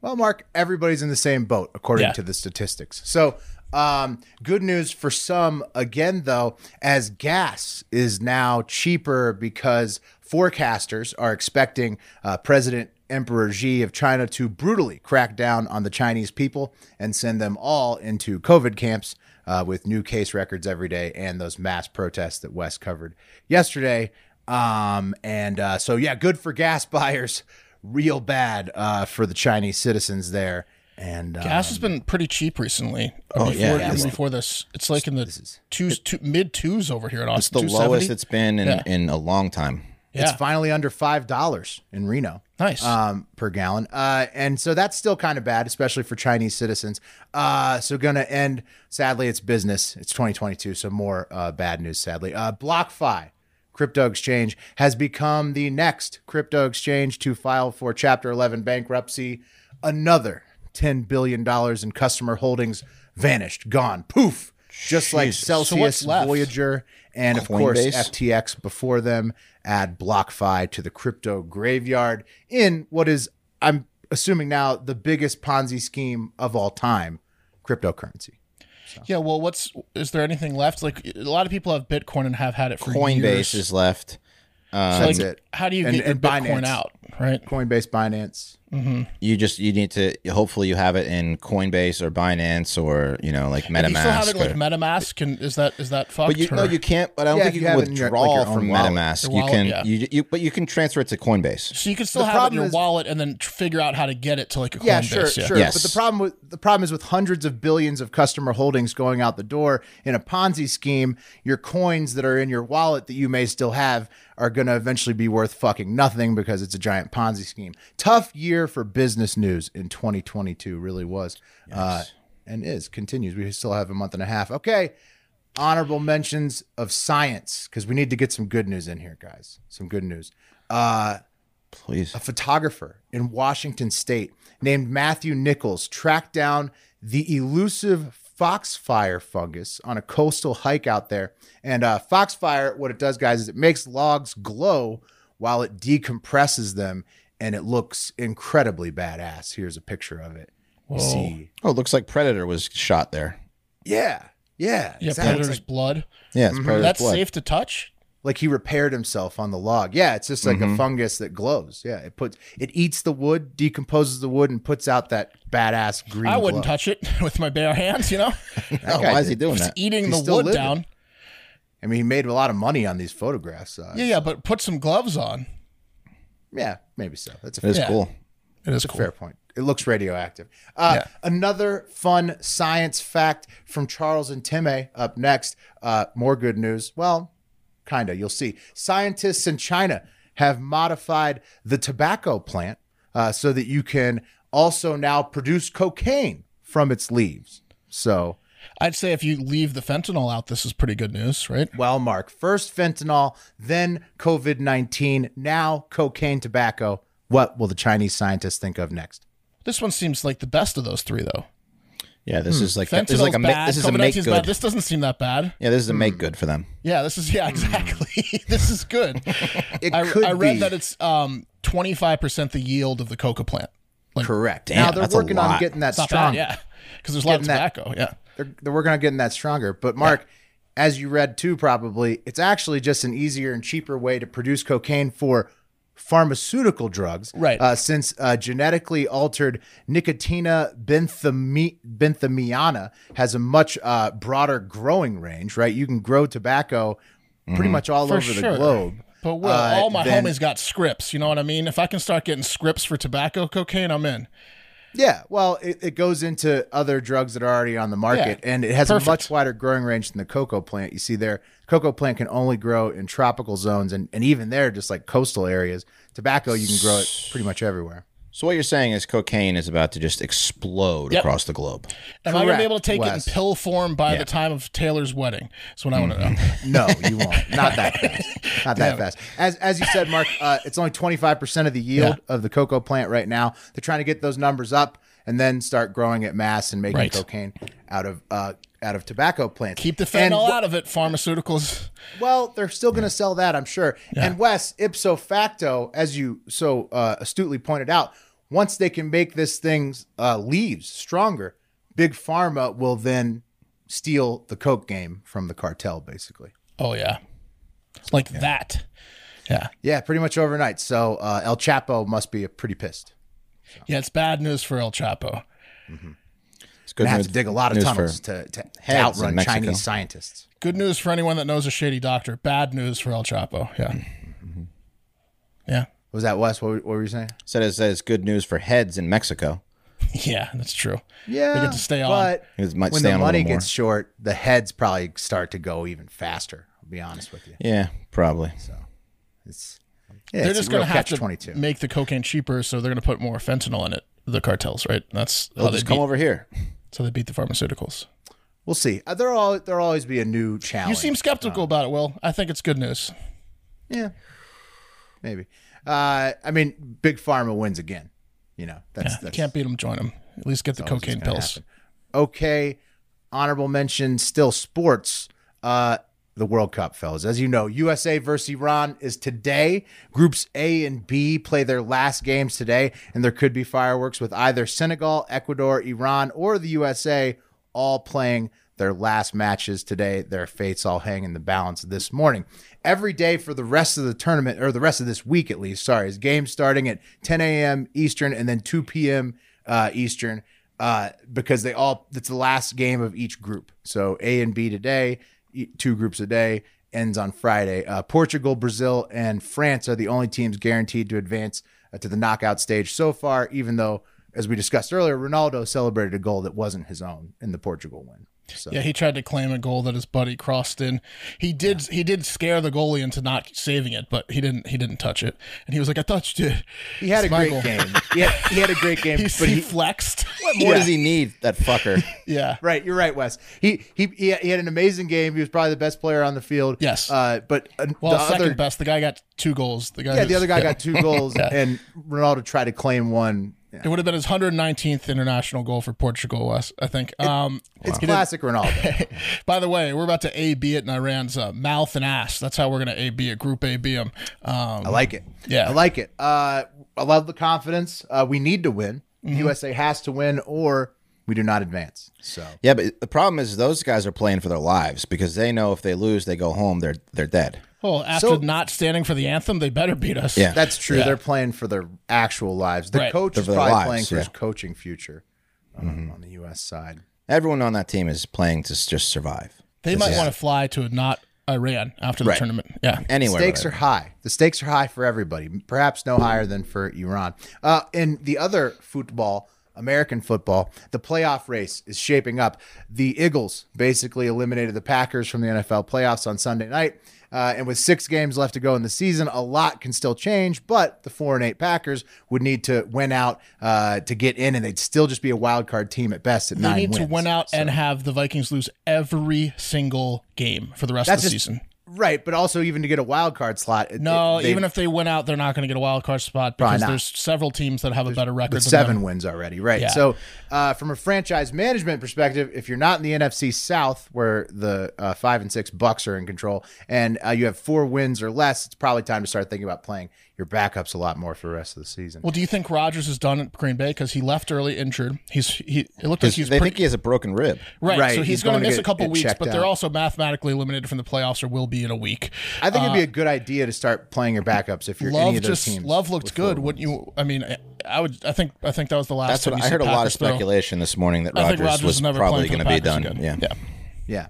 Speaker 1: Well, Mark, everybody's in the same boat according
Speaker 2: Yeah.
Speaker 1: to the statistics. So, um, good news for some again, though, as gas is now cheaper because forecasters are expecting uh, President Emperor Xi of China to brutally crack down on the Chinese people and send them all into COVID camps uh, with new case records every day and those mass protests that Wes covered yesterday. Um, and uh, so, yeah, good for gas buyers real bad uh, for the Chinese citizens there And uh,
Speaker 2: Gas has been pretty cheap recently. Oh, before,
Speaker 3: Um, yeah, gas-
Speaker 2: before this, it's like in the
Speaker 3: is-
Speaker 2: twos, two, mid twos over here in
Speaker 3: It's the
Speaker 2: Austin.
Speaker 3: lowest
Speaker 2: 270?
Speaker 3: it's been in,
Speaker 2: Yeah.
Speaker 3: in a long time.
Speaker 2: yeah.
Speaker 1: it's finally under five dollars in Reno.
Speaker 2: Nice.
Speaker 1: um, per gallon, uh, and so that's still kind of bad, especially for Chinese citizens. Uh, so going to end. Sadly, it's business. It's 2022, so more uh, bad news. Sadly, uh, BlockFi crypto exchange has become the next crypto exchange to file for Chapter 11 bankruptcy. Another 10 billion dollars in customer holdings vanished, gone, poof. Just like Celsius,
Speaker 2: left?
Speaker 1: Voyager, and of course
Speaker 3: Coinbase?
Speaker 1: FT. FTX before them, add BlockFi to the crypto graveyard in what is, I'm assuming now, the biggest Ponzi scheme of all time cryptocurrency.
Speaker 2: yeah. Well, what's is there anything left? Like a lot of people have Bitcoin and have had it for
Speaker 3: Coinbase
Speaker 2: years.
Speaker 3: is left.
Speaker 2: So,
Speaker 1: That's
Speaker 2: like,
Speaker 1: it.
Speaker 2: How do you
Speaker 1: And-
Speaker 2: get your
Speaker 1: and
Speaker 2: Bitcoin
Speaker 1: Binance.
Speaker 2: out? Right.
Speaker 1: Coinbase, Binance.
Speaker 3: You just you need to hopefully you have it in Coinbase or Binance or you know like
Speaker 2: Do
Speaker 3: MetaMask.
Speaker 2: you still have it like
Speaker 3: or-
Speaker 2: MetaMask? And is that is that fucked?
Speaker 3: But you no,
Speaker 2: or-
Speaker 3: you can't. But I don't
Speaker 1: Yeah,
Speaker 3: think
Speaker 1: if
Speaker 3: you,
Speaker 1: you
Speaker 3: can
Speaker 1: have it in your- like
Speaker 3: withdraw
Speaker 1: your own
Speaker 3: from
Speaker 1: wallet.
Speaker 3: MetaMask.
Speaker 2: Your
Speaker 3: You
Speaker 2: wallet,
Speaker 3: can
Speaker 2: yeah.
Speaker 3: you, you but you can transfer it to Coinbase.
Speaker 2: so you can still
Speaker 1: the
Speaker 2: have it in
Speaker 1: problem
Speaker 2: your
Speaker 1: is-
Speaker 2: wallet and then tr- figure out how to get it to like a Coinbase.
Speaker 1: Yeah, sure, sure.
Speaker 3: Yes.
Speaker 1: But the problem with the problem is with hundreds of billions of customer holdings going out the door in a Ponzi scheme, your coins that are in your wallet that you may still have are going to eventually be worth fucking nothing because it's a giant Ponzi scheme. Tough year for business news in 2022 really was. Uh and is continues. We still have a month and a half. Okay. Honorable mentions of science because we need to get some good news in here, guys. Some good news. Uh
Speaker 3: Please.
Speaker 1: a photographer in Washington state named Matthew Nichols tracked down the elusive foxfire fungus on a coastal hike out there. And uh, foxfire, what it does, guys, is it makes logs glow while it decompresses them, and it looks incredibly badass. Here's a picture of it. You see,
Speaker 3: Oh, it looks like Predator was shot there.
Speaker 1: yeah, yeah,
Speaker 2: Yeah,
Speaker 1: exactly.
Speaker 2: Predator's blood.
Speaker 3: Yeah, it's Predator's
Speaker 2: Mm-hmm. That's
Speaker 3: blood.
Speaker 2: safe to touch.
Speaker 1: like he repaired himself on the log. Yeah, it's just like
Speaker 2: Mm-hmm.
Speaker 1: a fungus that glows. Yeah, it puts it eats the wood, decomposes the wood, and puts out that badass green.
Speaker 2: I wouldn't
Speaker 1: glow.
Speaker 2: touch it with my bare hands. You know,
Speaker 3: Oh,
Speaker 1: guy
Speaker 3: why is he
Speaker 1: did.
Speaker 3: doing
Speaker 2: just
Speaker 3: that?
Speaker 2: eating
Speaker 1: He's
Speaker 2: the
Speaker 1: still
Speaker 2: wood
Speaker 1: living.
Speaker 2: down.
Speaker 1: I mean, he made a lot of money on these photographs. Uh,
Speaker 2: Yeah, yeah, but put some gloves on.
Speaker 1: yeah, maybe so. That's a
Speaker 3: It
Speaker 1: fair,
Speaker 3: is
Speaker 2: Yeah.
Speaker 3: cool.
Speaker 2: It is cool.
Speaker 1: fair point. It looks radioactive. Uh,
Speaker 2: Yeah.
Speaker 1: Another fun science fact from Charles and Timmy up next. Uh, more good news. Well, kind of. You'll see. Scientists in China have modified the tobacco plant uh, so that you can also now produce cocaine from its leaves. So
Speaker 2: I'd say if you leave the fentanyl out, this is pretty good news, right?
Speaker 1: Well, Mark, first fentanyl, then COVID 19, now cocaine tobacco. What will the Chinese scientists think of next?
Speaker 2: This one seems like the best of those three, though.
Speaker 3: Yeah, this is like this
Speaker 2: Fentanyl's
Speaker 3: is like a ma-
Speaker 2: bad.
Speaker 3: this is a
Speaker 2: COVID-19
Speaker 3: make
Speaker 2: Hmm. is bad.
Speaker 3: good.
Speaker 2: This Hmm. doesn't seem that bad.
Speaker 3: Yeah, this is a make good for them.
Speaker 2: Yeah, this is yeah exactly. this is good.
Speaker 1: Hmm. It
Speaker 2: I,
Speaker 1: could
Speaker 2: I read
Speaker 1: be
Speaker 2: that it's um 25 percent the yield of the coca plant. Like,
Speaker 3: Correct.
Speaker 1: now they're working on getting that
Speaker 2: it's not
Speaker 1: stronger.
Speaker 2: bad, yeah, because there's a lot of
Speaker 1: Getting that-
Speaker 2: tobacco. Yeah,
Speaker 1: they're, they're working on getting that stronger. But Mark, as you read too, probably it's actually just an easier and cheaper way to produce cocaine for pharmaceutical drugs,
Speaker 2: Right.
Speaker 1: Uh, since uh, genetically altered nicotina benthami- benthamiana has a much uh, broader growing range, right? You can grow tobacco pretty much all
Speaker 2: Mm-hmm. For
Speaker 1: over
Speaker 2: sure.
Speaker 1: the globe.
Speaker 2: but well,
Speaker 1: Uh,
Speaker 2: all my
Speaker 1: then-
Speaker 2: homies got scripts. You know what I mean? If I can start getting scripts for tobacco, cocaine, I'm in.
Speaker 1: Yeah, well, it, it goes into other drugs that are already on the market,
Speaker 2: Yeah,
Speaker 1: and it has
Speaker 2: perfect.
Speaker 1: a much wider growing range than the cocoa plant. You see there, cocoa plant can only grow in tropical zones, and, and even there, just like coastal areas, tobacco you can grow it pretty much everywhere.
Speaker 3: So what you're saying is cocaine is about to just explode across the globe.
Speaker 2: Am I gonna
Speaker 1: Correct,
Speaker 2: be able to take
Speaker 1: Wes.
Speaker 2: it in pill form by the time of Taylor's wedding? That's what I want to
Speaker 1: Mm-hmm.
Speaker 2: know.
Speaker 1: No, you won't. Not that fast. Not that fast. As as you said, Mark, uh, it's only twenty five percent of the yield of the cocoa plant right now. They're trying to get those numbers up and then start growing at mass and making
Speaker 2: Right.
Speaker 1: cocaine out of uh, out of tobacco plants.
Speaker 2: Keep the
Speaker 1: And
Speaker 2: fentanyl
Speaker 1: wh-
Speaker 2: out of it, pharmaceuticals.
Speaker 1: Well, they're still going to sell that, I'm sure. And Wes, ipso facto, as you so uh, astutely pointed out, once they can make this thing's uh, leaves stronger, big pharma will then steal the coke game from the cartel, basically.
Speaker 2: Oh yeah, like that. Yeah,
Speaker 1: Yeah, pretty much overnight. So uh, El Chapo must be pretty pissed.
Speaker 2: yeah. It's bad news for El Chapo.
Speaker 3: It's good
Speaker 1: Gonna have
Speaker 3: news-
Speaker 1: to dig a lot of
Speaker 3: news for-
Speaker 1: tunnels to, to, to
Speaker 3: heads in
Speaker 1: outrun
Speaker 3: Mexico.
Speaker 1: Chinese scientists.
Speaker 2: Good news for anyone that knows a shady doctor. Bad news for El Chapo. Yeah, yeah.
Speaker 1: Mm-hmm. Was that Wes? What, were- what were you saying?
Speaker 3: Said it's, said it's good news for heads in Mexico.
Speaker 2: Yeah, that's true.
Speaker 1: Yeah,
Speaker 2: They get to stay on.
Speaker 1: But
Speaker 3: It might
Speaker 1: when
Speaker 3: stay
Speaker 1: the
Speaker 3: on a little
Speaker 1: money
Speaker 3: more.
Speaker 1: gets short, the heads probably start to go even faster. I'll be honest with you.
Speaker 3: Yeah, probably.
Speaker 1: It's yeah,
Speaker 2: they're
Speaker 1: it's
Speaker 2: just
Speaker 1: a real
Speaker 2: going to have
Speaker 1: catch
Speaker 2: to
Speaker 1: twenty two.
Speaker 2: make the cocaine cheaper, so they're going to put more fentanyl in it. The cartels, right? That's how
Speaker 3: They'll
Speaker 2: they
Speaker 3: just come
Speaker 2: beat,
Speaker 3: over here.
Speaker 2: so they beat the pharmaceuticals.
Speaker 1: We'll see. Uh, There'll all there'll always be a new challenge.
Speaker 2: You seem skeptical about it, Will. I think it's good news.
Speaker 1: yeah, maybe. Uh, I mean, big pharma wins again. You know, that's,
Speaker 2: You
Speaker 1: that's
Speaker 2: can't beat them, join them. At least get the cocaine pills.
Speaker 1: okay. Honorable mention, still sports. Uh, the World Cup, fellas. As you know, USA versus Iran is today. Groups A and B play their last games today, and there could be fireworks with either Senegal, Ecuador, Iran, or the USA all playing their last matches today. Their fates all hang in the balance this morning. Every day for the rest of the tournament, or the rest of this week at least, sorry, is games starting at 10 a.m. Eastern and then 2 p.m. Uh, Eastern uh, because they all it's the last game of each group. So A and B today, e- two groups a day ends on Friday. Uh, Portugal, Brazil, and France are the only teams guaranteed to advance uh, to the knockout stage so far. Even though, as we discussed earlier, Ronaldo celebrated a goal that wasn't his own in the Portugal win. So
Speaker 2: Yeah, he tried to claim a goal that his buddy crossed in. He did. He did scare the goalie into not saving it, but he didn't. He didn't touch it, and he was like, "I thought you did."
Speaker 1: he had a
Speaker 2: It's my
Speaker 1: great
Speaker 2: goal.
Speaker 1: game. He had, he had a great game,
Speaker 2: He,
Speaker 1: but
Speaker 2: he
Speaker 1: he.
Speaker 2: flexed.
Speaker 3: What more does he need, that fucker?
Speaker 2: yeah.
Speaker 1: Right, you're right, Wes. He, he he he had an amazing game. He was probably the best player on the field.
Speaker 2: Yes.
Speaker 1: Uh, but uh,
Speaker 2: Well,
Speaker 1: the
Speaker 2: second
Speaker 1: other
Speaker 2: best. The guy got two goals. The guy.
Speaker 1: Yeah,
Speaker 2: who's-
Speaker 1: the other guy got two goals, and Ronaldo tried to claim one.
Speaker 2: It would have been his 119th international goal for Portugal, Wes, I think. Um,
Speaker 1: It's classic Ronaldo.
Speaker 2: By the way, we're about to A-B it in Iran's uh, mouth and ass. That's how we're going to A-B it, Group A-B them. Um,
Speaker 1: I like it.
Speaker 2: Yeah.
Speaker 1: I like it. Uh, I love the confidence. Uh, we need to win. The USA has to win, or we do not advance. So
Speaker 3: yeah, but the problem is those guys are playing for their lives because they know if they lose, they go home, they're they're dead.
Speaker 2: well, after
Speaker 1: So-
Speaker 2: not standing for the anthem, they better beat us.
Speaker 3: Yeah.
Speaker 1: that's true. They're playing for their actual lives. The
Speaker 2: Right.
Speaker 1: coach
Speaker 3: They're
Speaker 1: is
Speaker 3: for their
Speaker 1: probably
Speaker 3: lives,
Speaker 1: playing for his
Speaker 3: yeah. Mm-hmm.
Speaker 1: coaching future um, on the U.S. side.
Speaker 3: Everyone on that team is playing to s- just survive.
Speaker 2: They might want to fly to not Iran after the
Speaker 3: Right.
Speaker 2: tournament. Yeah.
Speaker 3: Anywhere.
Speaker 1: stakes
Speaker 3: but-
Speaker 1: are high. The stakes are high for everybody, perhaps no higher than for Iran. Uh, in the other football, American football, the playoff race is shaping up. The Eagles basically eliminated the Packers from the NFL playoffs on Sunday night. Uh, and with six games left to go in the season, a lot can still change. But the four and eight Packers would need to win out uh, to get in, and they'd still just be a wild card team at best. At
Speaker 2: They
Speaker 1: nine
Speaker 2: need to
Speaker 1: wins.
Speaker 2: win out and have the Vikings lose every single game for the rest
Speaker 1: That's
Speaker 2: of the
Speaker 1: just-
Speaker 2: season.
Speaker 1: right? But also, even to get a wild card slot, it-
Speaker 2: No,
Speaker 1: it- they-
Speaker 2: even if they win out, they're not going to get a wild card spot because
Speaker 1: not.
Speaker 2: there's several teams that have a better record.
Speaker 1: with
Speaker 2: than
Speaker 1: seven
Speaker 2: them.
Speaker 1: wins already, right?
Speaker 2: Yeah.
Speaker 1: So, uh, from a franchise management perspective, if you're not in the NFC South, where the uh, five and six Bucks are in control, and uh, you have four wins or less, it's probably time to start thinking about playing your backups a lot more for the rest of the season.
Speaker 2: Well, do you think Rodgers is done at Green Bay because he left early injured? He's he. It looked like
Speaker 3: 'Cause
Speaker 2: he's
Speaker 3: they
Speaker 2: pretty,
Speaker 3: think he has a broken rib.
Speaker 2: right,
Speaker 1: Right,
Speaker 2: So he's,
Speaker 1: he's
Speaker 2: going
Speaker 1: gonna
Speaker 2: to miss
Speaker 1: get-
Speaker 2: a couple
Speaker 1: get
Speaker 2: weeks,
Speaker 1: checked
Speaker 2: but they're
Speaker 1: out.
Speaker 2: also mathematically eliminated from the playoffs or will be in a week.
Speaker 1: I think it'd be a good idea to start playing your backups if you're any
Speaker 2: uh, Love
Speaker 1: of those
Speaker 2: just
Speaker 1: teams.
Speaker 2: Love looked good. Wouldn't you? I mean, I, I would. I think. I think that was the last.
Speaker 3: That's
Speaker 2: time
Speaker 3: what
Speaker 2: you
Speaker 3: I
Speaker 2: see
Speaker 3: heard. A lot of
Speaker 2: Packers throw.
Speaker 3: speculation this morning that
Speaker 2: I think
Speaker 3: Rodgers
Speaker 2: Rodgers
Speaker 3: was
Speaker 2: is never
Speaker 3: probably
Speaker 2: playing
Speaker 3: going
Speaker 2: for
Speaker 3: to be
Speaker 2: the Packers again.
Speaker 3: done. Yeah.
Speaker 1: Yeah.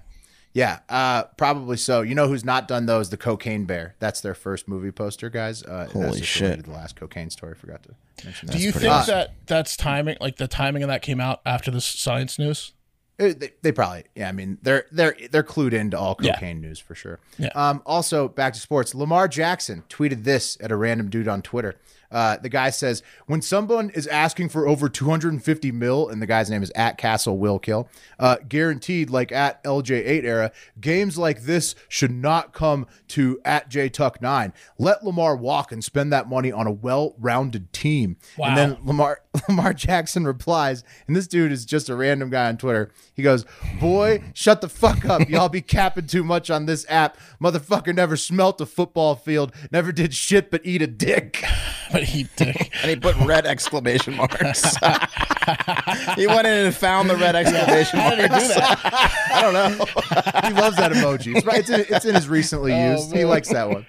Speaker 1: Yeah, uh, probably so. You know who's not done those? The Cocaine Bear. That's their first movie poster, guys. Uh,
Speaker 3: Holy
Speaker 1: that's just
Speaker 3: shit.
Speaker 1: related to The last cocaine story. Forgot to mention that.
Speaker 2: Do you think
Speaker 1: awesome.
Speaker 2: that that's timing? Like the timing of that came out after this science
Speaker 1: It-
Speaker 2: news.
Speaker 1: Uh, they, they probably yeah i mean they're they're they're clued into all
Speaker 2: Yeah.
Speaker 1: cocaine news for sure
Speaker 2: Yeah.
Speaker 1: um also back to sports lamar jackson tweeted this at a random dude on twitter uh, the guy says when someone is asking for over 250 mil and the guy's name is at castle will kill uh, guaranteed like at lj8 era games like this should not come to at j tuck 9 let lamar walk and spend that money on a well-rounded team
Speaker 2: Wow.
Speaker 1: and then Lamar Lamar Jackson replies, and this dude is just a random guy on Twitter. He goes, "Boy, shut the fuck up. Y'all be capping too much on this app. Motherfucker never smelt a football field, never did shit but eat a dick."
Speaker 2: But he did.
Speaker 3: And he put red exclamation marks. he went in and found the red exclamation marks.
Speaker 1: I don't know. he loves that emoji. It's, right, it's, in, it's in his recently used. He likes that one.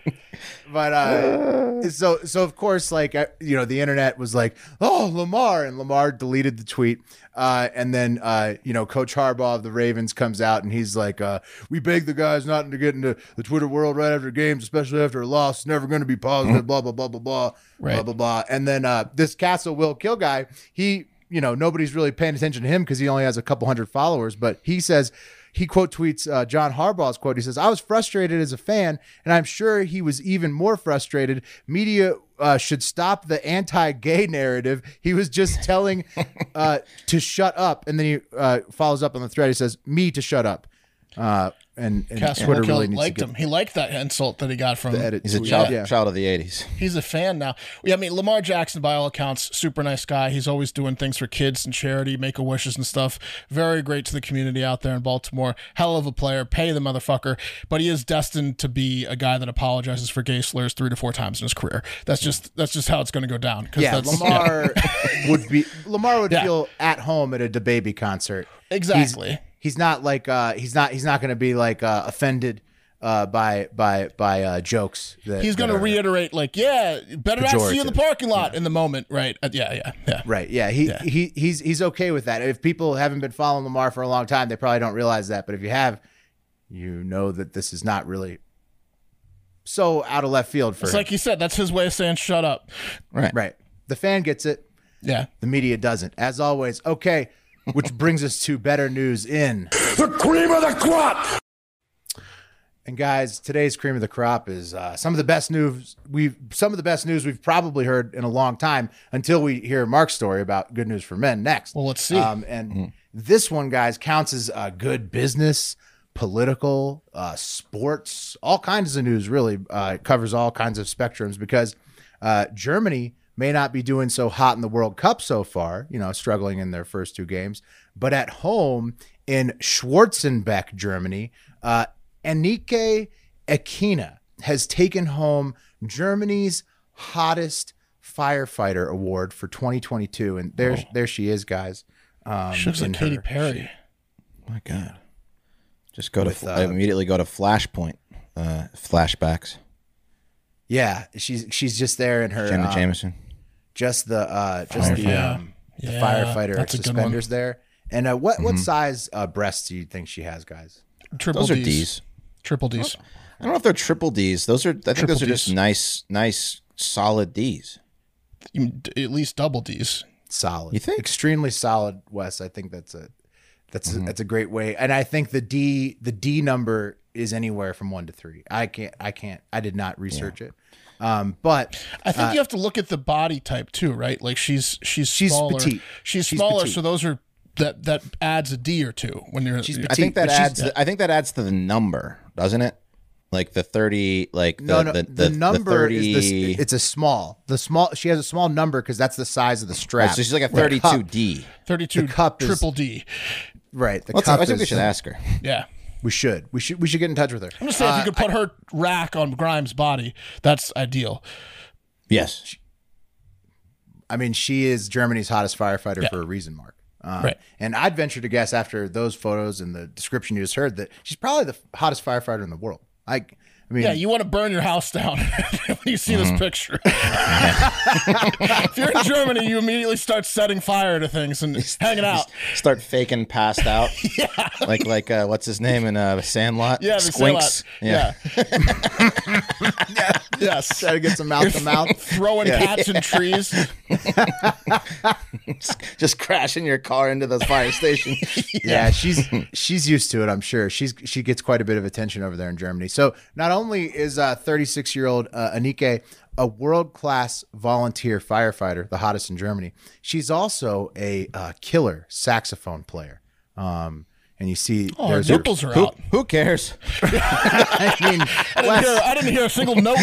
Speaker 1: But uh, so so of course, like I, you know, the internet was like, "Oh, Lamar," and Lamar deleted the tweet. Uh, and then uh, you know, Coach Harbaugh of the Ravens comes out and he's like, uh, "We beg the guys not to get into the Twitter world right after games, especially after a loss. It's never going to be positive." Blah blah blah blah blah
Speaker 2: Right.
Speaker 1: blah blah blah. And then uh, this Castle Will Kill guy, he. you know, nobody's really paying attention to him because he only has a couple hundred followers. But he says, he quote tweets uh, John Harbaugh's quote. He says, I was frustrated as a fan, and I'm sure he was even more frustrated. Media uh, should stop the anti gay narrative. He was just telling uh, to shut up. And then he uh, follows up on the thread. He says, Me to shut up. Uh, and, and
Speaker 2: Cass
Speaker 1: Twitter really
Speaker 2: Wilkeld
Speaker 1: needs
Speaker 2: liked
Speaker 1: to get
Speaker 2: him. He liked that insult that he got from
Speaker 1: edit.
Speaker 3: He's a
Speaker 1: tweet.
Speaker 3: child,
Speaker 1: Yeah.
Speaker 3: child of the '80s.
Speaker 2: he's a fan now. Yeah, I mean Lamar Jackson, by all accounts, super nice guy. He's always doing things for kids and charity, make a wishes and stuff. Very great to the community out there in Baltimore. Hell of a player. Pay the motherfucker. But he is destined to be a guy that apologizes for gay slurs three to four times in his career. That's just that's just how it's going to go down. 'cause
Speaker 1: Yeah,
Speaker 2: that's,
Speaker 1: Lamar would be Lamar would
Speaker 2: Yeah.
Speaker 1: feel at home at a DaBaby concert.
Speaker 2: Exactly.
Speaker 1: He's, he's not like uh, he's not he's not going to be like uh, offended uh, by by by uh, jokes. That,
Speaker 2: He's going to
Speaker 1: that are-
Speaker 2: reiterate like, yeah, better not see you in the
Speaker 1: Pejorative.
Speaker 2: parking lot in the moment, right? Uh, yeah, yeah, yeah.
Speaker 1: Right. Yeah. He, he he's he's okay with that. If people haven't been following Lamar for a long time, they probably don't realize that. But if you have, you know that this is not really so out of left field for
Speaker 2: It's
Speaker 1: him.
Speaker 2: like you said, that's his way of saying shut up.
Speaker 1: right. The fan gets it.
Speaker 2: Yeah.
Speaker 1: The media doesn't. As always. Okay. Which brings us to better news in.
Speaker 5: The cream of the crop!
Speaker 1: And guys, today's cream of the crop is uh, some of the best news we've some of the best news we've probably heard in a long time until we hear Mark's story about good news for men next.
Speaker 2: Well, let's see. Mm-hmm.
Speaker 1: Um, and this one, guys, counts as uh, good business, political, uh, sports, all kinds of news. Really, uh, it covers all kinds of spectrums because uh, Germany may not be doing so hot in the World Cup so far. You know, struggling in their first two games, but at home in Schwarzenbeck, Germany, uh, Enrique Aquina has taken home Germany's hottest firefighter award for 2022 and there there she is guys um
Speaker 2: Oh. She looks like
Speaker 1: in
Speaker 2: Katy
Speaker 1: her-
Speaker 2: Perry.
Speaker 3: My God. Just go to
Speaker 1: uh,
Speaker 3: I immediately go to flashpoint uh, flashbacks.
Speaker 1: yeah she's she's just there in her
Speaker 3: Jenna
Speaker 1: uh,
Speaker 3: Jameson.
Speaker 1: just the uh just the
Speaker 2: Firefighter.
Speaker 1: um the
Speaker 2: Yeah,
Speaker 1: firefighter
Speaker 2: that's a good one.
Speaker 1: suspenders there and uh what what size uh breasts do you think she has guys
Speaker 2: Triple
Speaker 3: Those are
Speaker 2: D's.
Speaker 3: D's.
Speaker 2: Triple D's.
Speaker 3: I don't know if they're triple D's. Those are I think
Speaker 2: Triple
Speaker 3: those are just
Speaker 2: Ds.
Speaker 3: nice, nice, solid D's.
Speaker 2: You- d- At least double D's.
Speaker 1: solid
Speaker 3: You think?
Speaker 1: extremely solid wes i think that's a that's
Speaker 3: Mm-hmm.
Speaker 1: a, that's a great way and i think the d the d number is anywhere from one to three i can't i can't i did not research it um but
Speaker 2: I think you have to look at the body type too, right? Like she's she's
Speaker 1: She's
Speaker 2: smaller.
Speaker 1: petite.
Speaker 2: She's
Speaker 1: She's
Speaker 2: smaller,
Speaker 1: petite.
Speaker 2: so those are that that adds a D or two when you're.
Speaker 1: She's
Speaker 2: you're-
Speaker 3: I think that
Speaker 1: but she's-
Speaker 3: adds. I think that adds to the number, doesn't it? Like the thirty, like the
Speaker 1: No, no.
Speaker 3: the,
Speaker 1: The,
Speaker 3: the,
Speaker 1: number
Speaker 3: the 30,
Speaker 1: is this. It's a small. The small. She has a small number because that's the size of the strap.
Speaker 3: Right, so she's like a
Speaker 1: The
Speaker 3: thirty-two
Speaker 1: cup-
Speaker 3: D.
Speaker 2: Thirty-two
Speaker 1: the cup is-
Speaker 2: triple D.
Speaker 1: Right. The
Speaker 3: Let's,
Speaker 1: cup
Speaker 3: I think
Speaker 1: is-
Speaker 3: we should ask her.
Speaker 2: Yeah.
Speaker 1: We should. We should. We should get in touch with her. Uh,
Speaker 2: I'm just saying, if you could put her rack on Grimes' body, that's ideal.
Speaker 3: Yes,
Speaker 1: I mean, she is Germany's hottest firefighter
Speaker 2: Yeah.
Speaker 1: for a reason, Mark. Um,
Speaker 2: Right.
Speaker 1: And I'd venture to guess after those photos and the description you just heard that she's probably the hottest firefighter in the world. I, I mean,
Speaker 2: Yeah, you want to burn your house down when you see
Speaker 1: Mm-hmm.
Speaker 2: this picture. if you're in Germany, you immediately start setting fire to things and hanging out.
Speaker 3: start faking passed out. yeah, like like uh, what's his name in uh, Sandlot?
Speaker 2: Yeah, the
Speaker 3: Squinks.
Speaker 2: Squinks. Yeah. yes.
Speaker 1: try to get some mouth to mouth.
Speaker 2: Throwing cats in trees.
Speaker 3: just crashing your car into the fire station.
Speaker 1: yeah, she's she's used to it. I'm sure she's she gets quite a bit of attention over there in Germany. So not only is 36 year old uh, Anike a world class volunteer firefighter, the hottest in Germany, she's also a uh, killer saxophone player. Um, and you see,
Speaker 2: Oh, her
Speaker 1: there's her-
Speaker 2: nipples are
Speaker 3: Who,
Speaker 2: out.
Speaker 3: who cares?
Speaker 1: I mean,
Speaker 2: I didn't, hear, I didn't hear a single note.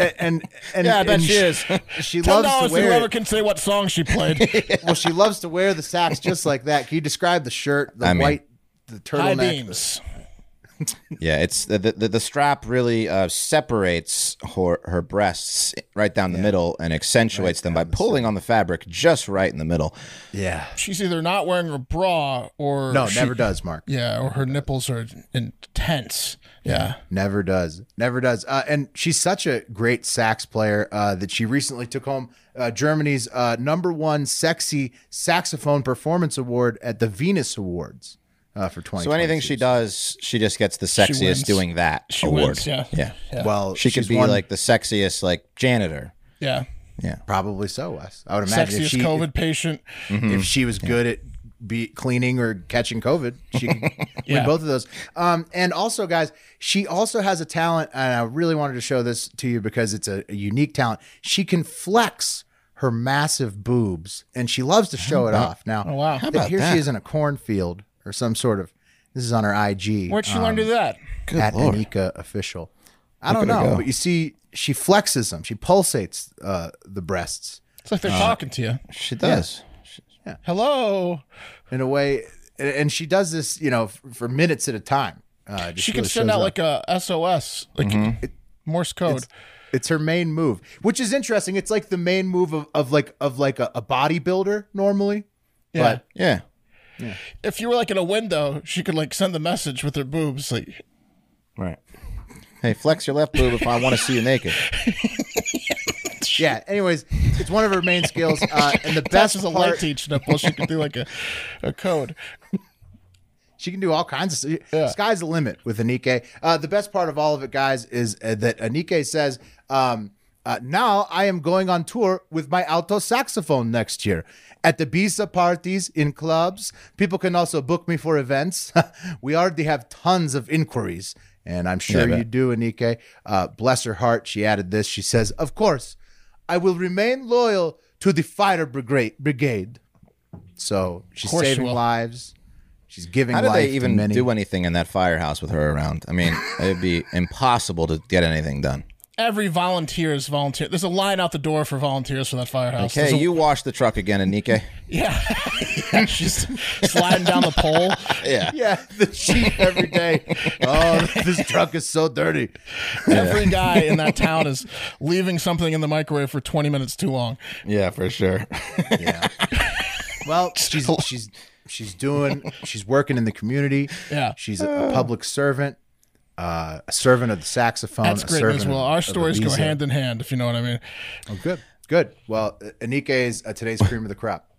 Speaker 1: and and, and
Speaker 3: Yeah, I bet
Speaker 1: and
Speaker 3: she is.
Speaker 1: She
Speaker 2: Ten
Speaker 1: loves
Speaker 2: dollars
Speaker 1: to
Speaker 2: to
Speaker 1: wear.
Speaker 2: whoever
Speaker 1: It.
Speaker 2: can say what song she played.
Speaker 1: Well, she loves to wear the sax just like that. Can you describe the shirt, the
Speaker 3: I mean-
Speaker 1: white, the
Speaker 2: High
Speaker 1: turtleneck?
Speaker 2: beams.
Speaker 3: Yeah, it's the the, the strap really uh, separates her her breasts right down the middle and accentuates them by pulling on the fabric just right in the middle.
Speaker 1: Yeah.
Speaker 2: She's either not wearing a bra or
Speaker 1: No,
Speaker 2: she-
Speaker 1: never does, Mark.
Speaker 2: Yeah, or her nipples are intense. Yeah.
Speaker 1: Never does. Never does. Uh, and she's such a great sax player uh, that she recently took home uh, Germany's uh, number one sexy saxophone performance award at the Venus Awards uh, for 20.
Speaker 3: So anything she does, she just gets the
Speaker 2: wins.
Speaker 3: sexiest doing that
Speaker 2: She
Speaker 3: award.
Speaker 2: wins, yeah.
Speaker 3: yeah.
Speaker 1: well,
Speaker 3: She could
Speaker 1: she's
Speaker 3: be
Speaker 1: won-
Speaker 3: like the sexiest like janitor.
Speaker 2: Yeah.
Speaker 3: Yeah.
Speaker 1: Probably so, Wes. I would imagine if
Speaker 2: Sexiest
Speaker 1: she,
Speaker 2: COVID patient. Hmm.
Speaker 1: if she was good at be cleaning or catching COVID, she could win
Speaker 2: Yeah.
Speaker 1: both of those. Um, and also, guys, she also has a talent, and I really wanted to show this to you because it's a, a unique talent. She can flex her massive boobs, and she loves to show it off. Now, oh,
Speaker 2: wow.
Speaker 1: how
Speaker 2: How
Speaker 3: about
Speaker 1: here
Speaker 3: that?
Speaker 1: she is in a cornfield or some sort of. This is on her IG
Speaker 2: Where'd she
Speaker 1: Um,
Speaker 2: learn to do that?
Speaker 3: Good
Speaker 1: at
Speaker 3: lord.
Speaker 1: Anika official. I don't
Speaker 3: at her
Speaker 1: know,
Speaker 3: go.
Speaker 1: but you see, she flexes them. She pulsates uh, the breasts.
Speaker 2: It's like they're
Speaker 1: uh,
Speaker 2: talking to you.
Speaker 3: She does.
Speaker 2: Hello.
Speaker 1: in a way, and- and she does this, you know, f- for minutes at a time. Uh, just
Speaker 2: She can
Speaker 1: really
Speaker 2: send
Speaker 1: shows
Speaker 2: out
Speaker 1: up. Mm-hmm.
Speaker 2: like a SOS, like Morse code.
Speaker 1: it's her main move, which is interesting. It's like the main move of, of like of like a, a bodybuilder normally.
Speaker 2: Yeah.
Speaker 1: But
Speaker 3: Yeah.
Speaker 2: if you were like in a window, she could like send the message with her boobs. Like,
Speaker 3: Right. Hey, flex your left boob if I want to see you naked.
Speaker 1: yeah, anyways, it's one of her main skills, uh, and the best
Speaker 2: that's just a light
Speaker 1: part
Speaker 2: teach nipple. She could do like a, a code.
Speaker 1: She can do all kinds of
Speaker 2: Yeah.
Speaker 1: Sky's the limit with Anike. Uh, the best part of all of it, guys, is uh, that Anike says, um, uh, "Now I am going on tour with my alto saxophone next year at the Bisa parties in clubs. People can also book me for events. we already have tons of inquiries, and I'm sure you do, Anike. Uh, bless her heart, she added this. She says, "Of course, I will remain loyal to the fire brigade." brigade. So she's
Speaker 2: course she
Speaker 1: saving
Speaker 2: will.
Speaker 1: lives. She's giving
Speaker 3: How did
Speaker 1: life
Speaker 3: they even
Speaker 1: to many.
Speaker 3: do anything in that firehouse with her around? I mean, it'd be impossible to get anything done.
Speaker 2: Every volunteer is volunteer. There's a line out the door for volunteers for that firehouse. There's
Speaker 3: Okay,
Speaker 2: a-
Speaker 3: you wash the truck again, Anike.
Speaker 2: yeah. yeah, she's sliding down the pole.
Speaker 3: Yeah.
Speaker 1: yeah, the sheep every day. oh, this truck is so dirty.
Speaker 2: Every guy in that town is leaving something in the microwave for 20 minutes too long.
Speaker 3: Yeah, for sure.
Speaker 1: Yeah. Well, she's she's she's doing she's working in the community.
Speaker 2: Yeah.
Speaker 1: She's a, a public servant, uh, a servant of the saxophone.
Speaker 2: That's
Speaker 1: a
Speaker 2: great
Speaker 1: servant
Speaker 2: news. Well,
Speaker 1: of-
Speaker 2: our
Speaker 1: of the
Speaker 2: stories go
Speaker 1: visa.
Speaker 2: hand in hand, if you know what I mean.
Speaker 1: Oh, good, good. Well, Anike is uh, today's cream of the crop.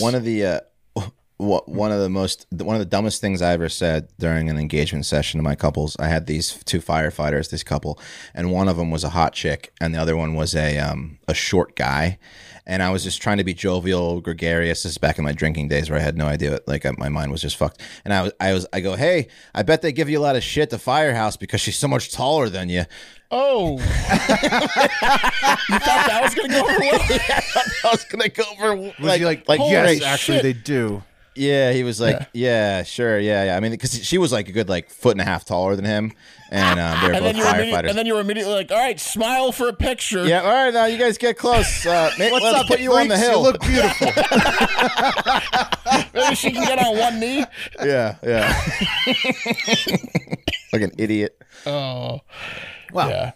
Speaker 3: one of the uh, wha- one of the most one of the dumbest things I ever said during an engagement session to my couples. I had these two firefighters, this couple, and one of them was a hot chick, and the other one was a um, a short guy. And I was just trying to be jovial, gregarious. This is back in my drinking days where I had no idea. Like I, my mind was just fucked. And I was, I was, I go, hey, I bet they give you a lot of shit to Firehouse because she's so much taller than you.
Speaker 2: Oh. you thought that was going to go over well?
Speaker 3: I was gonna go for like,
Speaker 1: Was he like,
Speaker 3: holy
Speaker 1: yes,
Speaker 3: shit."
Speaker 1: actually they do.
Speaker 3: Yeah, he was like, yeah, sure, yeah, yeah. I mean, because she was like a good like foot and a half taller than him, and um, they were
Speaker 2: And
Speaker 3: both
Speaker 2: then, you were immediate-
Speaker 3: firefighters.
Speaker 2: and then you were immediately like, all right, smile for a picture.
Speaker 3: yeah, all right, now you guys get close. Uh, ma-
Speaker 1: What's
Speaker 3: let's
Speaker 1: up?
Speaker 3: put you on the
Speaker 1: freaks?
Speaker 3: hill.
Speaker 1: You look beautiful.
Speaker 2: Maybe she can get on one knee.
Speaker 3: yeah, yeah. like an idiot.
Speaker 2: Oh.
Speaker 1: Wow.
Speaker 2: Yeah.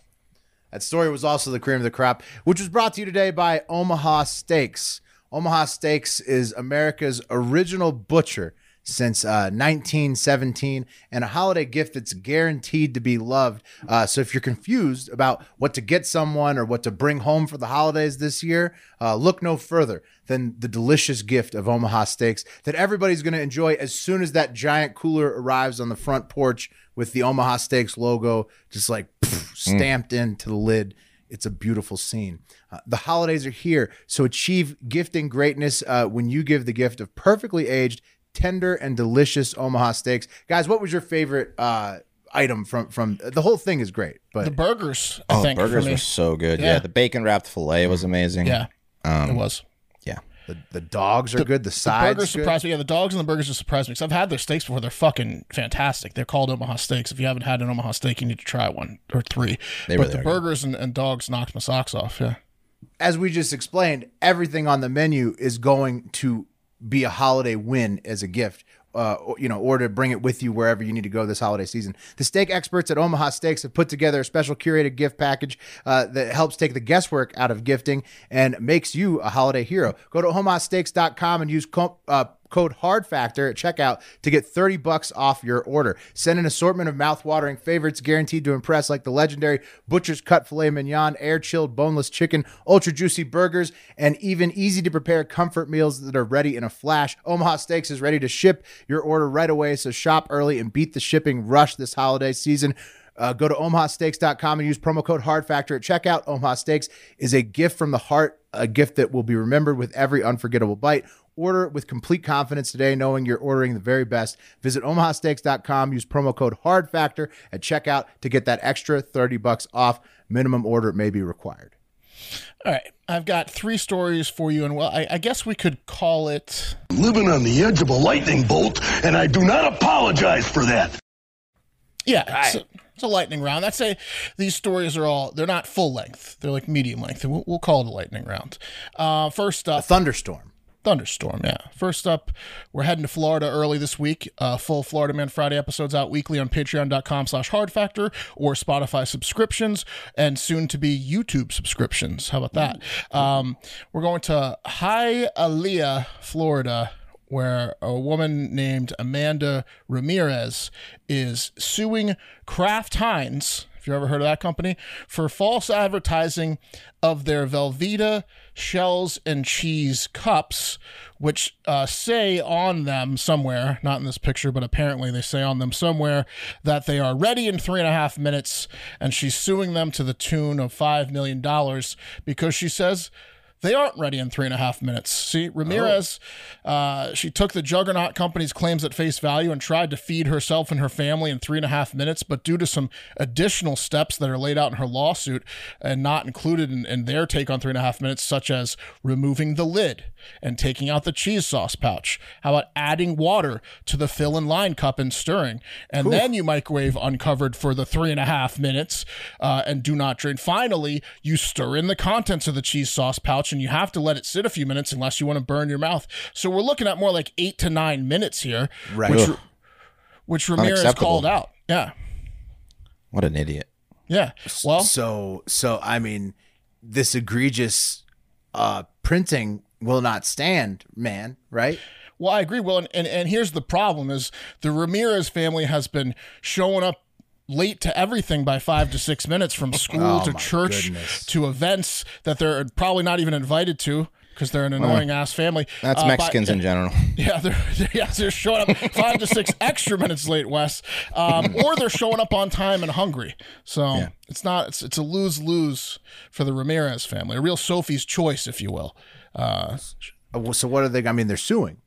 Speaker 1: That story was also the cream of the crop, which was brought to you today by Omaha Steaks. Omaha Steaks is America's original butcher since uh, 1917 and a holiday gift that's guaranteed to be loved. Uh, so if you're confused about what to get someone or what to bring home for the holidays this year, uh, look no further than the delicious gift of Omaha Steaks that everybody's going to enjoy as soon as that giant cooler arrives on the front porch with the Omaha Steaks logo just like
Speaker 2: Mm.
Speaker 1: pff, stamped into the lid. It's a beautiful scene. Uh, the holidays are here, so achieve gifting greatness uh, when you give the gift of perfectly aged, tender, and delicious Omaha Steaks. Guys, what was your favorite uh, item from from the whole thing? Is great, but
Speaker 2: The burgers, I
Speaker 3: Oh,
Speaker 2: think.
Speaker 3: burgers
Speaker 2: for me.
Speaker 3: were so good. Yeah.
Speaker 2: Yeah.
Speaker 3: the bacon wrapped fillet was amazing.
Speaker 2: Yeah. it was.
Speaker 3: yeah.
Speaker 1: the, the dogs are good. The sides,
Speaker 2: Burgers
Speaker 1: good.
Speaker 2: surprised me. Yeah, the dogs and the burgers just surprised me because I've had their steaks before. They're fucking fantastic. They're called Omaha steaks. If you haven't had an Omaha steak, you need to try one or three.
Speaker 3: They
Speaker 2: but
Speaker 3: really
Speaker 2: the
Speaker 3: are good.
Speaker 2: burgers and, and dogs knocked my socks off. Yeah.
Speaker 1: as we just explained, everything on the menu is going to be a holiday win as a gift. Uh, or- you know, or to bring it with you wherever you need to go this holiday season. The steak experts at Omaha Steaks have put together a special curated gift package uh, that helps take the guesswork out of gifting and makes you a holiday hero. Go to omahasteaks.com and use com- uh, code hard factor at checkout to get 30 bucks off your order send an assortment of mouthwatering favorites guaranteed to impress like the legendary butcher's cut filet mignon air chilled boneless chicken ultra juicy burgers and even easy to prepare comfort meals that are ready in a flash omaha steaks is ready to ship your order right away so shop early and beat the shipping rush this holiday season Uh, go to omahasteaks.com and use promo code HardFactor at checkout. Omaha Steaks is a gift from the heart, a gift that will be remembered with every unforgettable bite. Order with complete confidence today, knowing you're ordering the very best. Visit omahasteaks.com, use promo code HARDFACTOR at checkout to get that extra 30 bucks off. Minimum order may be required.
Speaker 2: All right, I've got three stories for you, and well, I, I guess we could call it.
Speaker 4: Living on the edge of a lightning bolt, and I do not apologize for that.
Speaker 2: Yeah, it's, a, it's a lightning round. I'd say these stories are all they're not full length; they're like medium length. We'll, we'll call it a lightning round. Uh, first up,
Speaker 1: Thunderstorm.
Speaker 2: thunderstorm. Yeah. First up, we're heading to Florida early this week. Uh, full Florida Man Friday episodes out weekly on patreon.com slash hard factor or Spotify subscriptions and soon to be YouTube subscriptions. How about that? Um, we're going to Hialeah, Florida, where a woman named Amanda Ramirez is suing Kraft Heinz. If you ever heard of that company, for false advertising of their Velveeta shells and cheese cups, which uh, say on them somewhere, not in this picture, but apparently they say on them somewhere that they are ready in three and a half minutes. And she's suing them to the tune of $5 million because she says they aren't ready in three and a half minutes. See, Ramirez, uh, she took the Juggernaut Company's claims at face value and tried to feed herself and her family in three and a half minutes, but due to some additional steps that are laid out in her lawsuit and not included in, in their take on three and a half minutes, such as removing the lid and taking out the cheese sauce pouch. How about adding water to the fill and line cup and stirring? And then you microwave uncovered for the three and a half minutes uh, and do not drain. Finally, you stir in the contents of the cheese sauce pouch and you have to let it sit a few minutes unless you want to burn your mouth. So we're looking at more like eight to nine minutes here,
Speaker 1: Right.
Speaker 2: which, which Ramirez
Speaker 3: Unacceptable.
Speaker 2: called out. Yeah.
Speaker 3: What an idiot.
Speaker 2: Yeah. Well,
Speaker 1: So, so I mean, this egregious uh, printing will not stand, man. Right?
Speaker 2: Well, I agree. Well, and, and, and here's the problem is the Ramirez family has been showing up late to everything by five to six minutes from school
Speaker 3: Oh,
Speaker 2: to church
Speaker 1: goodness.
Speaker 2: to events that they're probably not even invited to because they're an annoying ass family.
Speaker 3: Oh, That's
Speaker 2: Uh, by-
Speaker 3: Mexicans in general.
Speaker 2: yeah, they're, yeah, they're showing up five to six extra minutes late, Wes, um, or they're showing up on time and hungry. So it's not it's it's a lose lose for the Ramirez family, a real Sophie's choice, if you will. Uh,
Speaker 1: Uh, well, So, what are they? I mean, they're suing.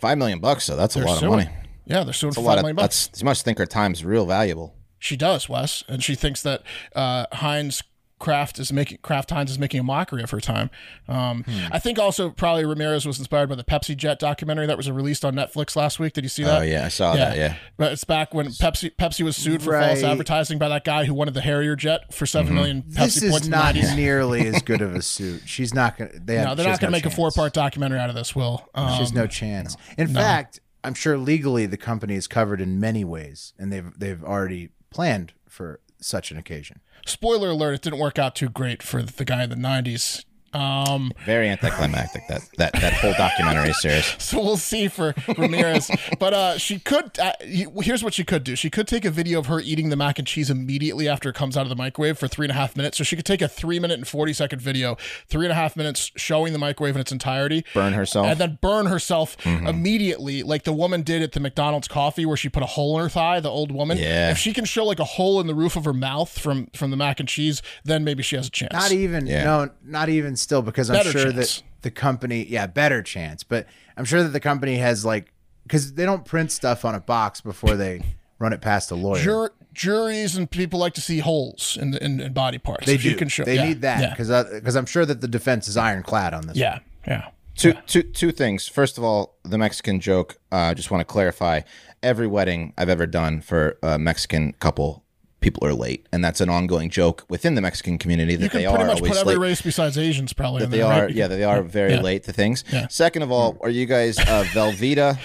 Speaker 3: Five million bucks, though. That's a lot
Speaker 2: suing-
Speaker 3: of money.
Speaker 2: yeah, they're suing for
Speaker 3: A
Speaker 2: five
Speaker 3: lot of
Speaker 2: million bucks.
Speaker 3: that's. You must think her time's real valuable.
Speaker 2: She does, Wes, and she thinks that uh, Heinz Kraft is making Kraft Heinz is making a mockery of her time. Um,
Speaker 3: Hmm.
Speaker 2: I think also probably Ramirez was inspired by the Pepsi Jet documentary that was released on Netflix last week. Did you see that?
Speaker 3: Oh yeah, I saw that. Yeah,
Speaker 2: But it's back when Pepsi Pepsi was sued for false
Speaker 1: Right.
Speaker 2: advertising by that guy who wanted the Harrier jet for
Speaker 3: Mm-hmm.
Speaker 2: seven million Pepsi
Speaker 1: This
Speaker 2: points.
Speaker 1: is
Speaker 2: in
Speaker 1: not
Speaker 2: the 90s.
Speaker 1: nearly as good of a suit. She's not gonna. They have,
Speaker 2: No, they're
Speaker 1: she
Speaker 2: not
Speaker 1: has
Speaker 2: going to make
Speaker 1: chance.
Speaker 2: a four part documentary out of this. Will um,
Speaker 1: She has no chance. In fact, I'm sure legally the company is covered in many ways, and they've they've already planned for such an occasion.
Speaker 2: spoiler alert? It didn't work out too great for the guy in the nineties. Um,
Speaker 3: very anticlimactic. that that that whole documentary series.
Speaker 2: so we'll see for Ramirez. but uh, she could. Uh, you- here's what she could do. She could take a video of her eating the mac and cheese immediately after it comes out of the microwave for three and a half minutes. So she could take a three minute and forty second video, three and a half minutes showing the microwave in its entirety.
Speaker 3: Burn herself. Mm-hmm.
Speaker 2: And then burn herself immediately, like the woman did at the McDonald's coffee, where she put a hole in her thigh. The old woman.
Speaker 3: Yeah.
Speaker 2: If she can show like a hole in the roof of her mouth from from the mac and cheese, then maybe she has a chance.
Speaker 1: Not even
Speaker 3: Yeah.
Speaker 1: no, not even still because I'm
Speaker 2: Better
Speaker 1: sure
Speaker 2: chance.
Speaker 1: that the company, yeah, better chance, but I'm sure that the company has like because they don't print stuff on a box before they run it past a lawyer.
Speaker 2: Jur- juries and people like to see holes in the in, in body parts.
Speaker 1: they
Speaker 2: If you
Speaker 1: do.
Speaker 2: can show-
Speaker 1: they
Speaker 2: yeah,
Speaker 1: need that
Speaker 2: yeah.
Speaker 1: because because I'm sure that the defense is ironclad on this.
Speaker 2: Yeah, yeah.
Speaker 3: Two, two, two things. First of all, the Mexican joke. I uh, just want to clarify. Every wedding I've ever done for a Mexican couple, people are late, and that's an ongoing joke within the Mexican community that
Speaker 2: You can
Speaker 3: they
Speaker 2: pretty
Speaker 3: are
Speaker 2: much
Speaker 3: always
Speaker 2: put every
Speaker 3: late.
Speaker 2: race besides Asians probably. in
Speaker 3: They
Speaker 2: there,
Speaker 3: are,
Speaker 2: right?
Speaker 3: yeah, they are very
Speaker 2: Yeah.
Speaker 3: late to things.
Speaker 2: Yeah.
Speaker 3: Second of all, are you guys uh, Velveeta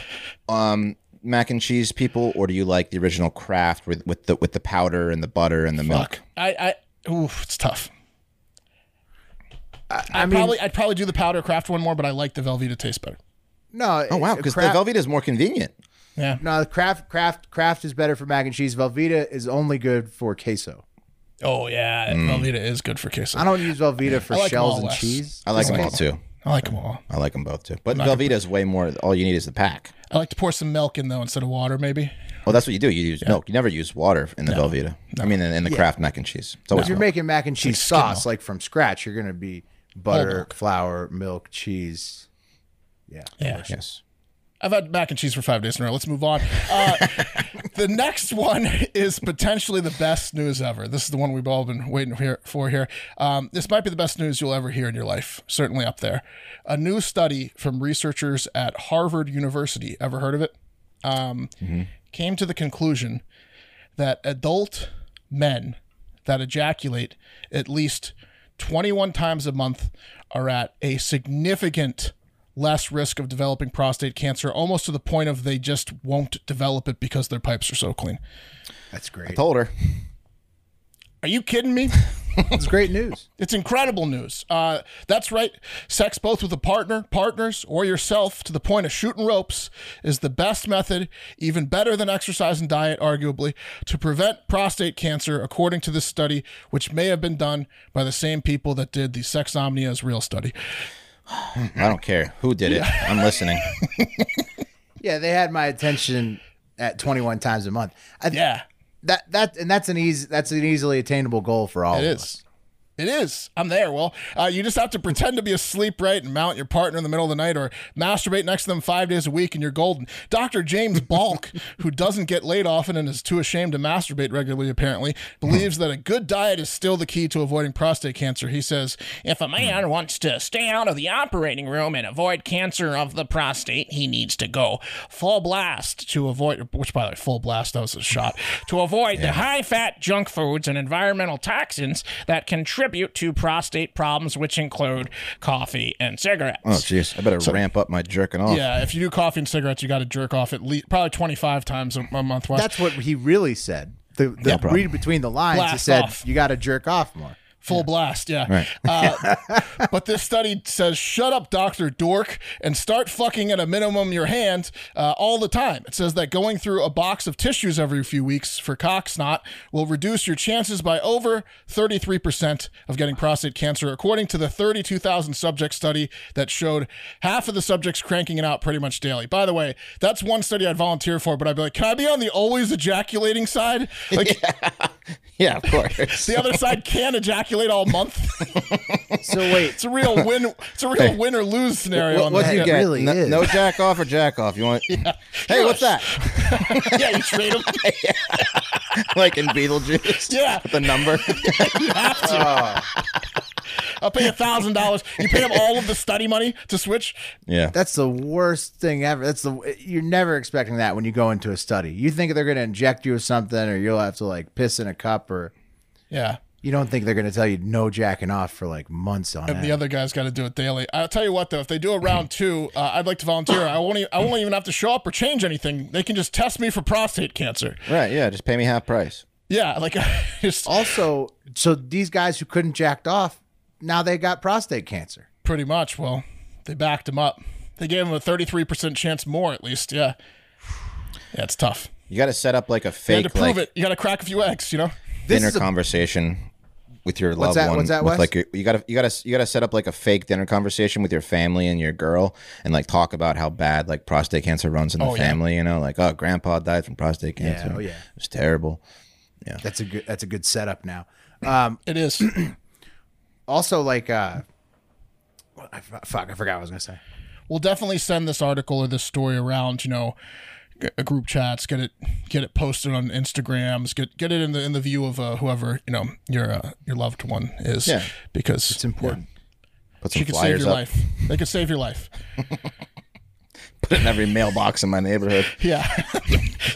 Speaker 3: um, mac and cheese people, or do you like the original craft with, with the with the powder and the butter and the milk?
Speaker 2: Fuck. I, I, oof, it's tough.
Speaker 1: I, I
Speaker 2: I
Speaker 1: mean,
Speaker 2: probably, I'd probably do the powder craft one more, but I like the Velveeta taste better.
Speaker 1: no. uh,
Speaker 3: Oh wow, because the Velveeta is more convenient.
Speaker 2: Yeah.
Speaker 1: No, the craft craft craft is better for mac and cheese. Velveeta is only good for queso.
Speaker 2: Oh yeah,
Speaker 1: Mm.
Speaker 2: Velveeta is good for queso.
Speaker 1: I
Speaker 2: I,
Speaker 1: don't use Velveeta for
Speaker 2: I like 'em all
Speaker 1: shells and
Speaker 2: less.
Speaker 1: cheese.
Speaker 3: I like them all too.
Speaker 2: like them all.
Speaker 3: I like them both too. But Velveeta is way more. All you need is the pack.
Speaker 2: I like to pour some milk in though instead of water, maybe.
Speaker 3: Well, Oh, that's what you do. You use milk. You never use water in the Velveeta. I mean, in, in the Kraft mac and cheese. It's always
Speaker 1: If you're
Speaker 3: milk.
Speaker 1: making mac and cheese sauce like from scratch, you're gonna be butter, flour, milk, cheese.
Speaker 2: Yeah.
Speaker 3: yes.
Speaker 2: I've had mac and cheese for five days in a row. Let's move on. Uh, the next one is potentially the best news ever. This is the one we've all been waiting here, for here. Um, this might be the best news you'll ever hear in your life, certainly up there. A new study from researchers at Harvard University, ever heard of it? Um, Came to the conclusion that adult men that ejaculate at least 21 times a month are at a significant less risk of developing prostate cancer, almost to the point of they just won't develop it because their pipes are so clean.
Speaker 1: That's great.
Speaker 3: Told her.
Speaker 2: Are you kidding me?
Speaker 1: That's great news.
Speaker 2: It's incredible news. Uh, that's right. Sex both with a partner, partners, or yourself to the point of shooting ropes is the best method, even better than exercise and diet, arguably, to prevent prostate cancer, according to this study, which may have been done by the same people that did the Sex Omnia is Real study.
Speaker 3: I don't care who did it. I'm listening.
Speaker 1: Yeah, they had my attention at 21 times a month. I,
Speaker 2: Yeah,
Speaker 1: That that and that's an easy that's an easily attainable goal for all
Speaker 2: it
Speaker 1: of us.
Speaker 2: is. It is. I'm there. Well, uh, you just have to pretend to be asleep, right, and mount your partner in the middle of the night or masturbate next to them five days a week, and you're golden. Dr. James Balk, who doesn't get laid often and is too ashamed to masturbate regularly, apparently, believes that a good diet is still the key to avoiding prostate cancer. He says,
Speaker 6: If a man wants to stay out of the operating room and avoid cancer of the prostate, he needs to go full blast to avoid,
Speaker 2: which, by the way, full blast, that was a shot.
Speaker 6: to avoid the high fat junk foods and environmental toxins that contribute to prostate problems, which include coffee and cigarettes.
Speaker 3: Oh, jeez. I better ramp up my jerking off.
Speaker 2: Yeah, if you do coffee and cigarettes, you got to jerk off at least probably 25 times a, a month. Wes.
Speaker 1: That's what he really said. The, the
Speaker 3: problem.
Speaker 1: read between the lines, he
Speaker 2: Blast
Speaker 1: said,
Speaker 2: off.
Speaker 1: "You got to jerk off more."
Speaker 2: full blast yeah uh, but this study says shut up dr dork and start fucking at a minimum your hand uh, all the time it says that going through a box of tissues every few weeks for cock snot will reduce your chances by over 33% of getting prostate cancer according to the 32000 subject study that showed half of the subjects cranking it out pretty much daily by the way that's one study i'd volunteer for but i'd be like can i be on the always ejaculating side like
Speaker 3: Yeah, of course.
Speaker 2: the other side can ejaculate all month
Speaker 1: So wait,
Speaker 2: It's a real win. It's a real win or lose scenario.
Speaker 3: what
Speaker 2: on
Speaker 3: what
Speaker 2: that.
Speaker 3: do you
Speaker 1: It
Speaker 3: get?
Speaker 1: really
Speaker 3: no,
Speaker 1: is.
Speaker 3: no jack off or jack off? You want? Hey, what's that?
Speaker 2: Yeah, you trade them.
Speaker 3: like in Beetlejuice.
Speaker 2: Yeah.
Speaker 3: With the number.
Speaker 2: I'll pay a thousand dollars. You pay them all of the study money to switch.
Speaker 3: yeah.
Speaker 1: that's the worst thing ever. That's the you're never expecting that when you go into a study. You think they're going to inject you with something, or you'll have to like piss in a cup, or
Speaker 2: Yeah,
Speaker 1: you don't think they're going to tell you no jacking off for like months on
Speaker 2: the
Speaker 1: end.
Speaker 2: other guy's got to do it daily. I'll tell you what, though, if they do a round two, uh, I'd like to volunteer. I won't. e- I won't even have to show up or change anything. They can just test me for prostate cancer.
Speaker 3: Right. Yeah. Just pay me half price.
Speaker 2: Yeah, like just
Speaker 1: also, so these guys who couldn't jacked off, now they got prostate cancer.
Speaker 2: pretty much. Well, they backed him up. They gave him a thirty-three percent chance more, at least. Yeah, yeah, it's tough.
Speaker 3: You got to set up like a
Speaker 2: You had
Speaker 3: fake
Speaker 2: to prove
Speaker 3: like
Speaker 2: it. You got to crack a few eggs. You know.
Speaker 3: dinner
Speaker 1: is a-
Speaker 3: conversation with your loved
Speaker 1: that-
Speaker 3: one.
Speaker 1: what's that,
Speaker 3: with
Speaker 1: Wes?
Speaker 3: like your, you got to you got to you got to set up like a fake dinner conversation with your family and your girl, and like talk about how bad like prostate cancer runs in the family. You know, like oh, grandpa died from prostate cancer.
Speaker 1: oh, yeah.
Speaker 3: It's terrible.
Speaker 1: That's a good. That's a good setup now.
Speaker 2: It is.
Speaker 1: Also, like, uh, what- I, f- fuck, I forgot what I was going to say.
Speaker 2: we'll definitely send this article or this story around. You know, g- uh, group chats, get it, get it posted on Instagrams, get get it in the in the view of uh, whoever you know your uh, your loved one is,
Speaker 3: Yeah.
Speaker 2: because
Speaker 1: It's important.
Speaker 3: Put some
Speaker 2: she could save
Speaker 3: flyers
Speaker 2: your
Speaker 3: up.
Speaker 2: life. They could save your life.
Speaker 3: Put it in every mailbox in my neighborhood.
Speaker 2: Yeah.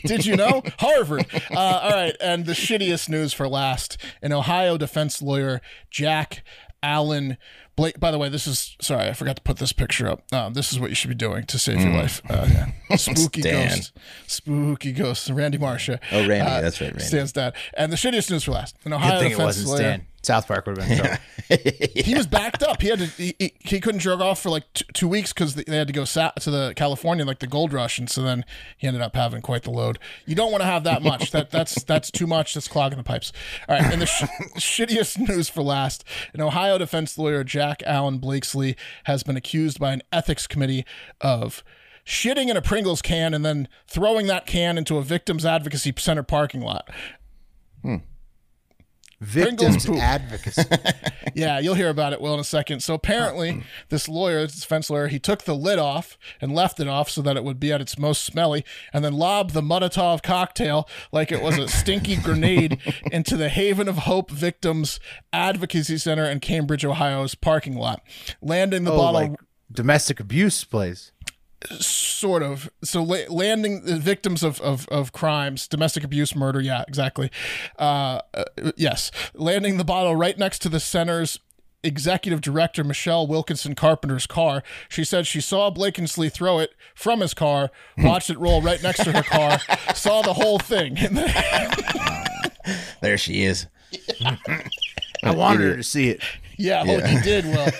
Speaker 2: Did you know? Harvard. Uh, all right. And the shittiest news for last an Ohio defense lawyer, Jack Allen Blake. By the way, this is sorry, I forgot to put this picture up. Um, this is what you should be doing to save your life. Uh, yeah. Spooky
Speaker 3: Stan.
Speaker 2: ghost. Spooky ghost. Randy Marsha.
Speaker 3: Oh, Randy, that's right, Randy.
Speaker 2: Stan's dad. And the shittiest news for last an Ohio
Speaker 1: Good thing it
Speaker 2: defense
Speaker 1: wasn't
Speaker 2: lawyer.
Speaker 1: Stan. South Park would have been. in trouble.
Speaker 2: He was backed up. He had to. He, he, he couldn't jerk off for like t- two weeks because they had to go sa- to the California like the gold rush, and so then he ended up having quite the load. You don't want to have that much. that that's that's too much. That's clogging the pipes. All right, and the sh- shittiest news for last: an Ohio defense lawyer, Jack Allen Blakesley, has been accused by an ethics committee of shitting in a Pringles can and then throwing that can into a victims advocacy center parking lot.
Speaker 1: Victims
Speaker 2: poop.
Speaker 1: advocacy.
Speaker 2: Yeah, you'll hear about it, Will, in a second. So apparently, this lawyer, this defense lawyer, he took the lid off and left it off so that it would be at its most smelly, and then lobbed the Molotov cocktail like it was a stinky grenade into the Haven of Hope Victims Advocacy Center in Cambridge, Ohio's parking lot, landing the
Speaker 1: oh,
Speaker 2: bottle
Speaker 1: like domestic abuse place.
Speaker 2: sort of so la- landing the victims of, of of crimes domestic abuse murder yeah exactly uh, uh, yes landing the bottle right next to the center's executive director michelle wilkinson carpenter's car she said she saw blakensley throw it from his car watched it roll right next to her car saw the whole thing and then-
Speaker 3: There she is.
Speaker 1: I wanted her to see it.
Speaker 2: Yeah, oh, he did. Well,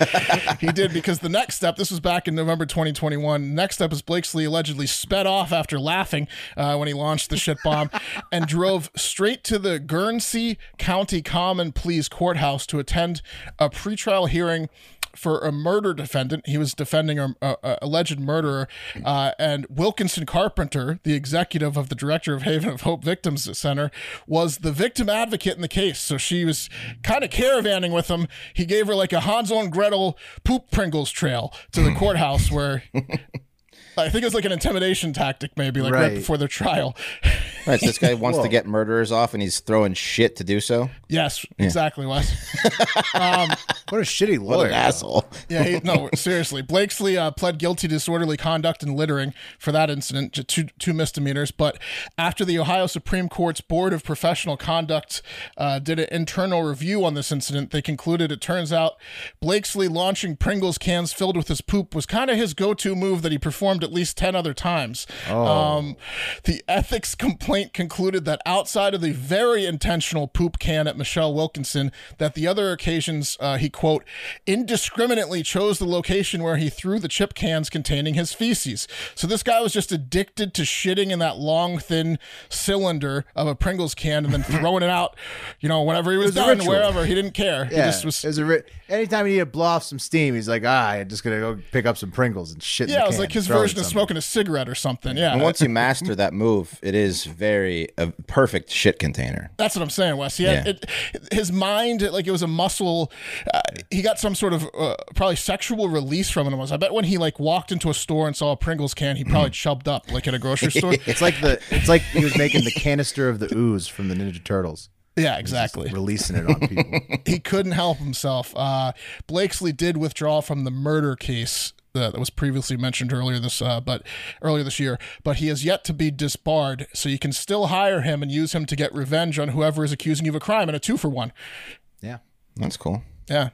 Speaker 2: he did because the next step. This was back in November 2021. Next step is Blakesley allegedly sped off after laughing uh, when he launched the shit bomb, and drove straight to the Guernsey County Common Pleas Courthouse to attend a pretrial hearing for a murder defendant. He was defending a, a, a alleged murderer, uh, and Wilkinson Carpenter, the executive of the director of Haven of Hope Victims Center, was the victim advocate in the case. So she was kind of caravanning with him. He gave her like a Hansel and Gretel poop Pringles trail to the courthouse where. I think it was like an intimidation tactic, maybe like right
Speaker 1: Right.
Speaker 2: before their trial.
Speaker 3: Right, so this guy wants to get murderers off, and he's throwing shit to do so.
Speaker 2: Yes, exactly, Wes.
Speaker 1: What a shitty
Speaker 3: What
Speaker 1: lawyer.
Speaker 3: an asshole!
Speaker 2: Yeah, he, no, seriously. Blakesley uh, pled guilty to disorderly conduct and littering for that incident, ju- two, two misdemeanors. But after the Ohio Supreme Court's Board of Professional Conduct uh, did an internal review on this incident, they concluded it turns out Blakesley launching Pringles cans filled with his poop was kind of his go to move that he performed at least 10 other times. Um, the ethics complaint concluded that outside of the very intentional poop can at Michelle Wilkinson, that the other occasions uh, he quote indiscriminately chose the location where he threw the chip cans containing his feces. So this guy was just addicted to shitting in that long thin cylinder of a Pringles can and then throwing it out. You know, whenever he was,
Speaker 1: was a
Speaker 2: done,
Speaker 1: ritual.
Speaker 2: wherever he didn't care.
Speaker 1: Yeah,
Speaker 2: He just was.
Speaker 1: it was a ri- anytime he needed to blow off some steam, he's like, ah, I'm just gonna go pick up some Pringles and shit. in
Speaker 2: Yeah,
Speaker 1: the
Speaker 2: it was
Speaker 1: can,
Speaker 2: like his
Speaker 1: throw it
Speaker 2: version of
Speaker 1: somewhere."
Speaker 2: smoking a cigarette or something. Yeah.
Speaker 3: And once you master that move, it is very a perfect shit container.
Speaker 2: That's what I'm saying, Wes. He had,
Speaker 3: Yeah.
Speaker 2: it, his mind, like it was a muscle. Uh, he got some sort of uh, probably sexual release from it. Almost. I bet when he like walked into a store and saw a Pringles can, he probably chubbed up like at a grocery store.
Speaker 1: Mm. It's like the it's like he was making the canister of the ooze from the Ninja Turtles,
Speaker 2: yeah, exactly.
Speaker 1: releasing it on people.
Speaker 2: he couldn't help himself. Uh, Blakesley did withdraw from the murder case uh, that was previously mentioned earlier this, uh, but earlier this year. But he has yet to be disbarred, so you can still hire him and use him to get revenge on whoever is accusing you of a crime. And a two for one.
Speaker 1: Yeah.
Speaker 3: That's cool.
Speaker 2: Yeah.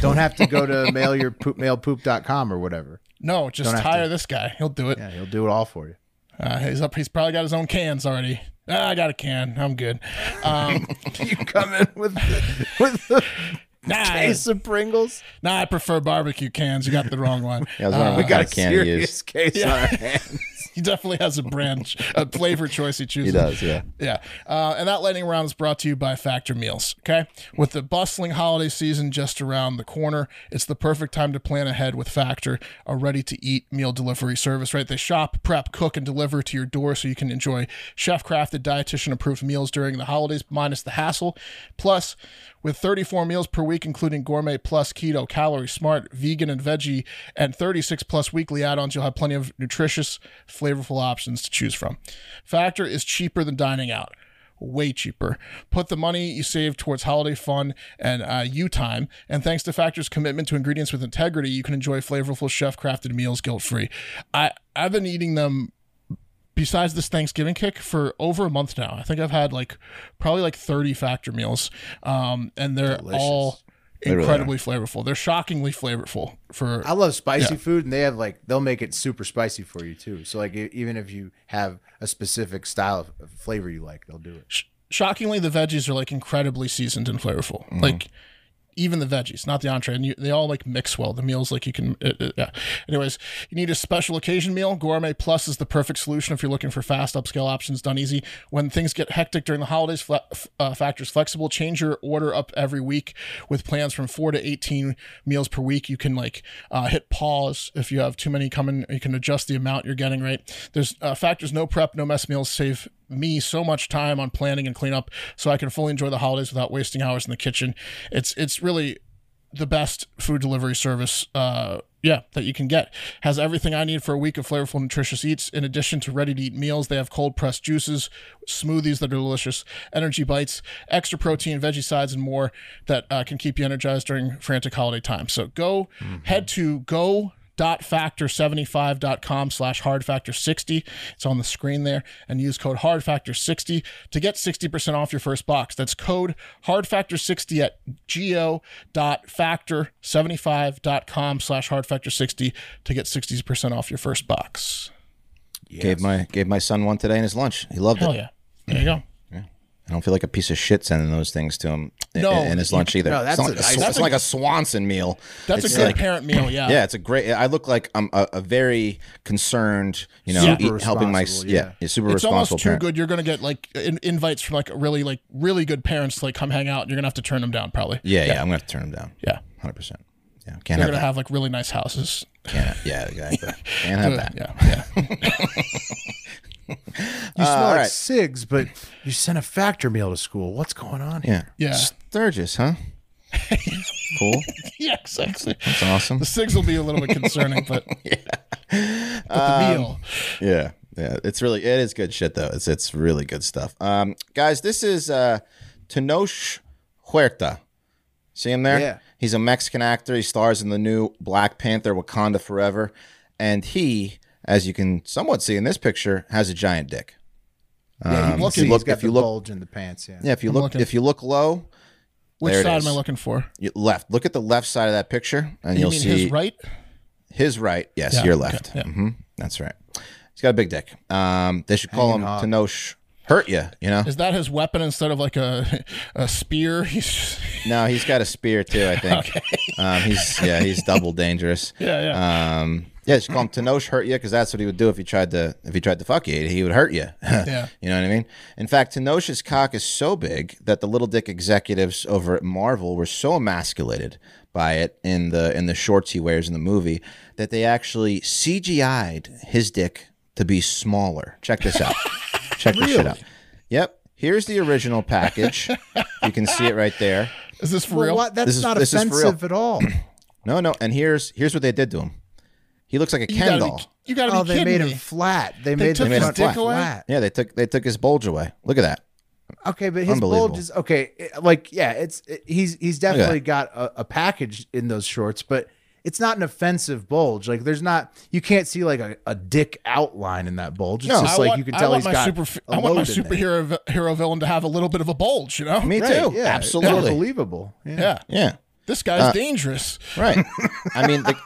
Speaker 1: Don't have to go to mail your poop mailpoop.com or whatever.
Speaker 2: No, just
Speaker 1: have
Speaker 2: hire this guy. He'll do it.
Speaker 1: Yeah, he'll do it all for you.
Speaker 2: Uh, he's up. He's probably got his own cans already. Ah, I got a can. I'm good. Um,
Speaker 1: You come in with the, with the
Speaker 2: nah, I,
Speaker 1: case of Pringles.
Speaker 2: nah, I prefer barbecue cans. You got the wrong one.
Speaker 3: Yeah, I was wondering
Speaker 2: Uh,
Speaker 3: what kind of can he
Speaker 1: Ah, serious
Speaker 3: is.
Speaker 1: case on our hands.
Speaker 2: he definitely has a brand, a flavor choice he chooses.
Speaker 3: He does, yeah.
Speaker 2: Yeah. Uh, and that lightning round is brought to you by Factor Meals. Okay. With the bustling holiday season just around the corner, it's the perfect time to plan ahead with Factor, a ready to eat meal delivery service, right? They shop, prep, cook, and deliver to your door so you can enjoy chef crafted, dietitian approved meals during the holidays, minus the hassle. Plus, with 34 meals per week, including gourmet plus keto, calorie smart, vegan, and veggie, and 36 plus weekly add ons, you'll have plenty of nutritious, flavorful options to choose from. Factor is cheaper than dining out way cheaper. Put the money you save towards holiday fun and uh, you time. And thanks to Factor's commitment to ingredients with integrity, you can enjoy flavorful chef crafted meals guilt free. I I've been eating them besides this Thanksgiving kick for over a month now. I think I've had like probably like 30 Factor meals, um, and they're all
Speaker 3: really
Speaker 2: incredibly flavorful. They're shockingly flavorful for
Speaker 1: I love spicy food, and they have like they'll make it super spicy for you too. So like e- even if you have a specific style of- of flavor you like, they'll do it.
Speaker 2: sh- shockingly the veggies are like incredibly seasoned and flavorful like even the veggies, not the entree. And you, they all like mix well. The meals like you can. Uh, uh, yeah. Anyways, you need a special occasion meal. Gourmet Plus is the perfect solution if you're looking for fast upscale options done easy. When things get hectic during the holidays, fle- f- uh, Factor's flexible. Change your order up every week with plans from four to 18 meals per week. You can like uh, hit pause if you have too many coming. You can adjust the amount you're getting, right? There's uh, Factor's no prep, no mess meals save me so much time on planning and cleanup so I can fully enjoy the holidays without wasting hours in the kitchen. It's it's really the best food delivery service uh yeah that you can get has everything i need for a week of flavorful nutritious eats in addition to ready to eat meals they have cold pressed juices smoothies that are delicious energy bites extra protein veggie sides and more that uh, can keep you energized during frantic holiday time so go head to go dot factor 75.com slash hard factor 60 it's on the screen there and use code hard factor 60 to get 60% off your first box that's code hard factor 60 at go.factor 75.com slash hard factor 60 to get 60% off your first box
Speaker 3: Gave my gave my son one today in his lunch. He loved
Speaker 2: hell
Speaker 3: it.
Speaker 2: yeah there you go
Speaker 3: I don't feel like a piece of shit sending those things to him in,
Speaker 2: No,
Speaker 3: in his lunch either.
Speaker 1: no, that's
Speaker 3: it's not,
Speaker 1: a
Speaker 3: like, a,
Speaker 1: nice-
Speaker 3: sw-
Speaker 1: that's
Speaker 3: it's
Speaker 2: a-
Speaker 3: like a Swanson meal.
Speaker 2: that's
Speaker 3: It's
Speaker 2: a good
Speaker 3: like-
Speaker 2: parent meal yeah
Speaker 3: Yeah, it's a great. I look like I'm a, a very concerned, you know,
Speaker 1: Super
Speaker 3: eat- helping my
Speaker 1: responsible, yeah.
Speaker 3: yeah, yeah super
Speaker 2: it's almost
Speaker 3: responsible
Speaker 2: too
Speaker 3: parent.
Speaker 2: good you're gonna get like in- invites from like really like really good parents to like come hang out and you're gonna have to turn them down probably
Speaker 3: Yeah, yeah, I'm gonna have to turn him down.
Speaker 2: yeah
Speaker 3: hundred percent. Yeah, can't
Speaker 2: they're
Speaker 3: have
Speaker 2: gonna
Speaker 3: that.
Speaker 2: have like really nice houses
Speaker 3: can't have, yeah, exactly. can't have that.
Speaker 2: yeah yeah
Speaker 1: You smell like
Speaker 3: right.
Speaker 1: cigs, but you sent a factor meal to school. What's going on here?
Speaker 3: Yeah,
Speaker 2: Yeah.
Speaker 3: Sturgis, huh? cool.
Speaker 2: yeah, exactly.
Speaker 3: That's awesome.
Speaker 2: The SIGs will be a little bit concerning, but, but
Speaker 3: Um,
Speaker 2: the meal.
Speaker 3: Yeah, yeah. It's really it is good shit though. It's it's really good stuff. Um, guys, this is uh, Tenoch Huerta. See him there?
Speaker 1: Yeah.
Speaker 3: He's a Mexican actor. He stars in the new Black Panther: Wakanda Forever, and he, as you can somewhat see in this picture, has a giant dick.
Speaker 1: Yeah,
Speaker 3: Um,
Speaker 1: you
Speaker 3: if you
Speaker 1: see,
Speaker 3: look-
Speaker 1: he's got
Speaker 3: if
Speaker 1: the
Speaker 3: you look-
Speaker 1: bulge in the pants. Yeah.
Speaker 3: Yeah, if you look
Speaker 2: looking.
Speaker 3: if you look low,
Speaker 2: Which
Speaker 3: There it
Speaker 2: side
Speaker 3: is.
Speaker 2: am I looking for?
Speaker 3: you- left. Look at the left side of that picture, and
Speaker 2: You
Speaker 3: will
Speaker 2: mean
Speaker 3: see
Speaker 2: his right?
Speaker 3: His right, yes,
Speaker 2: Yeah,
Speaker 3: your
Speaker 2: okay,
Speaker 3: left.
Speaker 2: yeah.
Speaker 3: hmm That's right. He's got a big dick. Um, they should call him Tenoch Hurt you, you know?
Speaker 2: Is that his weapon instead of like a a spear? He's just,
Speaker 3: No, he's got a spear too. I think. um, he's yeah, he's double dangerous.
Speaker 2: yeah, yeah.
Speaker 3: Um, yeah, just call him Tenoch hurt you because that's what he would do if he tried to if he tried to fuck you. He would hurt you. yeah, you know what I mean. In fact, Tenoch's cock is so big that the little dick executives over at Marvel were so emasculated by it in the in the shorts he wears in the movie that they actually CGI'd his dick to be smaller. Check this out. Check this shit out. Yep. Here's the original package. you can see it right there.
Speaker 2: is this for
Speaker 1: Well,
Speaker 2: real?
Speaker 1: what? That's
Speaker 3: This is-
Speaker 1: not
Speaker 3: this is for real.
Speaker 1: offensive at all.
Speaker 3: No, no. And here's here's what they did to him. He looks like a
Speaker 2: You gotta
Speaker 3: Ken
Speaker 2: be-
Speaker 3: doll.
Speaker 2: You gotta be
Speaker 1: oh, they
Speaker 2: kidding
Speaker 1: made
Speaker 2: me.
Speaker 1: him flat. They,
Speaker 2: They
Speaker 1: made
Speaker 2: took
Speaker 1: the
Speaker 3: his
Speaker 1: front
Speaker 3: dick
Speaker 2: away?
Speaker 1: flat.
Speaker 3: Yeah, they took they took his bulge away. Look at that.
Speaker 1: Okay, but his
Speaker 3: Unbelievable.
Speaker 1: bulge is okay. it- Like, yeah, it's it- he's he's definitely got a, a package in those shorts, but it's not an offensive bulge. Like, there's not you can't see like a, a dick outline in that bulge. It's
Speaker 3: No.
Speaker 1: just
Speaker 2: I
Speaker 1: like
Speaker 2: want,
Speaker 1: you can
Speaker 2: I
Speaker 1: tell
Speaker 2: want
Speaker 1: he's
Speaker 2: my
Speaker 1: got.
Speaker 2: super,
Speaker 1: a
Speaker 2: I want my
Speaker 1: load in there.
Speaker 2: superhero vi- hero villain to have a little bit of a bulge, you know?
Speaker 3: Me
Speaker 1: Right,
Speaker 3: too.
Speaker 1: yeah, It's
Speaker 3: Absolutely.
Speaker 1: unbelievable. Yeah.
Speaker 2: Yeah.
Speaker 3: Yeah.
Speaker 2: This guy's
Speaker 3: Uh,
Speaker 2: dangerous.
Speaker 3: Right. I mean, like,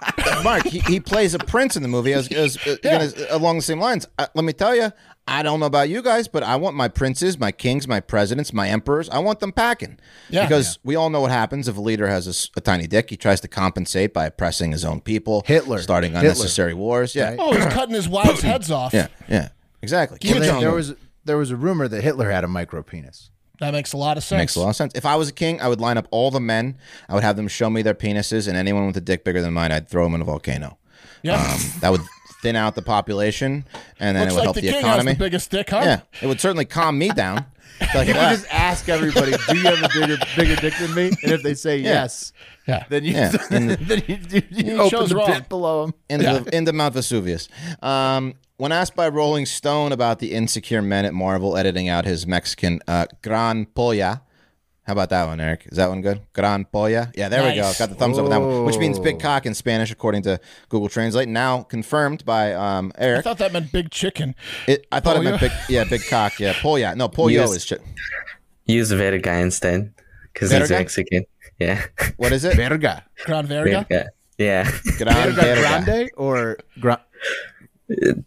Speaker 3: Mark, he, he plays a prince in the movie as, as, uh, again, as- along the same lines. Uh, let me tell you, I don't know about you guys, but I want my princes, my kings, my presidents, my emperors, I want them packing.
Speaker 2: Yeah.
Speaker 3: Because we all know what happens if a leader has a s- a, tiny dick. He tries to compensate by oppressing his own people,
Speaker 1: Hitler.
Speaker 3: starting
Speaker 1: Hitler.
Speaker 3: unnecessary wars. Yeah.
Speaker 2: Oh, he's cutting his wives' heads off.
Speaker 3: Yeah. Yeah. Exactly.
Speaker 1: Well,
Speaker 3: Kim
Speaker 1: there,
Speaker 3: Jong-un.
Speaker 1: there was there was a rumor that Hitler had a micro penis.
Speaker 2: That makes a lot of sense.
Speaker 3: Makes a lot of sense. If I was a king, I would line up all the men. I would have them show me their penises, and anyone with a dick bigger than mine, I'd throw them in a volcano.
Speaker 2: Yeah.
Speaker 3: Um, that would thin out the population, and then
Speaker 2: Looks
Speaker 3: it would
Speaker 2: like
Speaker 3: help
Speaker 2: the
Speaker 3: the,
Speaker 2: king
Speaker 3: economy.
Speaker 2: has the biggest dick, huh?
Speaker 3: yeah, it would certainly calm me down. Be like, "Ah,
Speaker 1: Just ask everybody, do you have a bigger bigger dick than me? And if they say yes,
Speaker 2: Yeah.
Speaker 1: then you
Speaker 3: Yeah.
Speaker 1: then you, you, you
Speaker 2: He
Speaker 1: open
Speaker 2: chose
Speaker 1: the
Speaker 2: wrong.
Speaker 1: pit below him.
Speaker 3: into, the, into Mount Vesuvius. Um, when asked by Rolling Stone about the insecure men at Marvel editing out his Mexican uh, Gran Polla, how about that one, Eric? Is that one good? Gran Polla? Yeah, there we go.
Speaker 2: Nice.
Speaker 3: Got the thumbs up on that one, which means big cock in Spanish, according to Google Translate. Now confirmed by um,
Speaker 2: I
Speaker 3: Eric.
Speaker 2: thought that meant big chicken.
Speaker 3: It- I thought it
Speaker 2: Pollo?
Speaker 3: meant big, yeah, big cock. Yeah, Polla. No, Pollo
Speaker 7: Yes.
Speaker 3: is. Ch-
Speaker 7: Use Veda guy instead, because he's
Speaker 3: Verga?
Speaker 7: Mexican. Yeah.
Speaker 3: what is it?
Speaker 1: Verga.
Speaker 2: Gran Verga.
Speaker 7: Verga. Yeah.
Speaker 3: Gran
Speaker 1: Verga
Speaker 3: verga.
Speaker 1: grande or gra-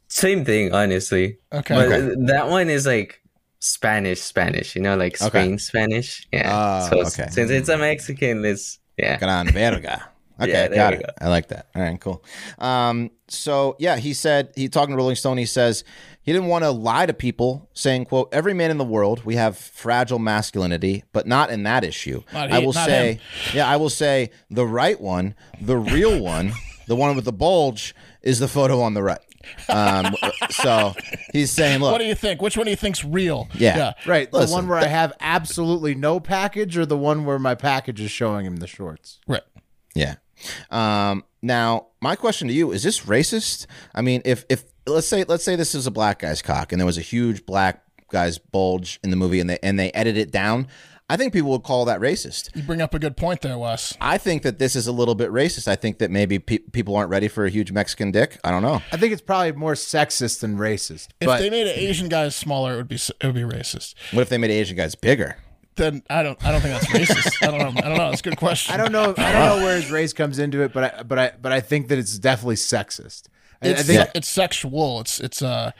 Speaker 7: Same thing, honestly.
Speaker 2: Okay.
Speaker 7: But that one is like Spanish, Spanish. You know, like Spain, Spanish. Yeah.
Speaker 3: Ah,
Speaker 7: so s-
Speaker 3: okay.
Speaker 7: since it's a Mexican, it's Yeah.
Speaker 3: Gran Verga. Okay,
Speaker 7: Yeah, there
Speaker 3: got
Speaker 7: we
Speaker 3: it.
Speaker 7: go.
Speaker 3: I like that. All right, cool. Um, so yeah, he said he talking to Rolling Stone. He says he didn't want to lie to people, saying, "quote Every man in the world, we have fragile masculinity, but not in that issue.
Speaker 2: Not
Speaker 3: I
Speaker 2: he-
Speaker 3: will
Speaker 2: not
Speaker 3: say,
Speaker 2: him.
Speaker 3: yeah, I will say the right one, the real one, the one with the bulge is the photo on the right." Um, so he's saying, "Look,
Speaker 2: What do you think? Which one do you think's real?
Speaker 3: Yeah.
Speaker 1: Right. The
Speaker 3: Listen,
Speaker 1: one where I have absolutely no package or the one where my package is showing him the shorts?
Speaker 2: Right.
Speaker 3: Yeah. Um, now, my question to you is: This racist? I mean, if if let's say let's say this is a black guy's cock, and there was a huge black guy's bulge in the movie, and they and they edit it down, I think people would call that racist.
Speaker 2: You bring up a good point there, Wes.
Speaker 3: I think that this is a little bit racist. I think that maybe pe- people aren't ready for a huge Mexican dick. I don't know.
Speaker 1: I think it's probably more sexist than racist.
Speaker 2: If
Speaker 1: but
Speaker 2: they made Asian guys smaller, it would be s- it would be racist.
Speaker 3: What if they made Asian guys bigger?
Speaker 2: Then I don't I don't think that's racist. I don't know. I don't know. That's a good question.
Speaker 1: I don't know. I don't know where his race comes into it, but I, but I, but I think that it's definitely sexist. I, I
Speaker 2: It's,
Speaker 1: think
Speaker 2: se- it's sexual. It's it's uh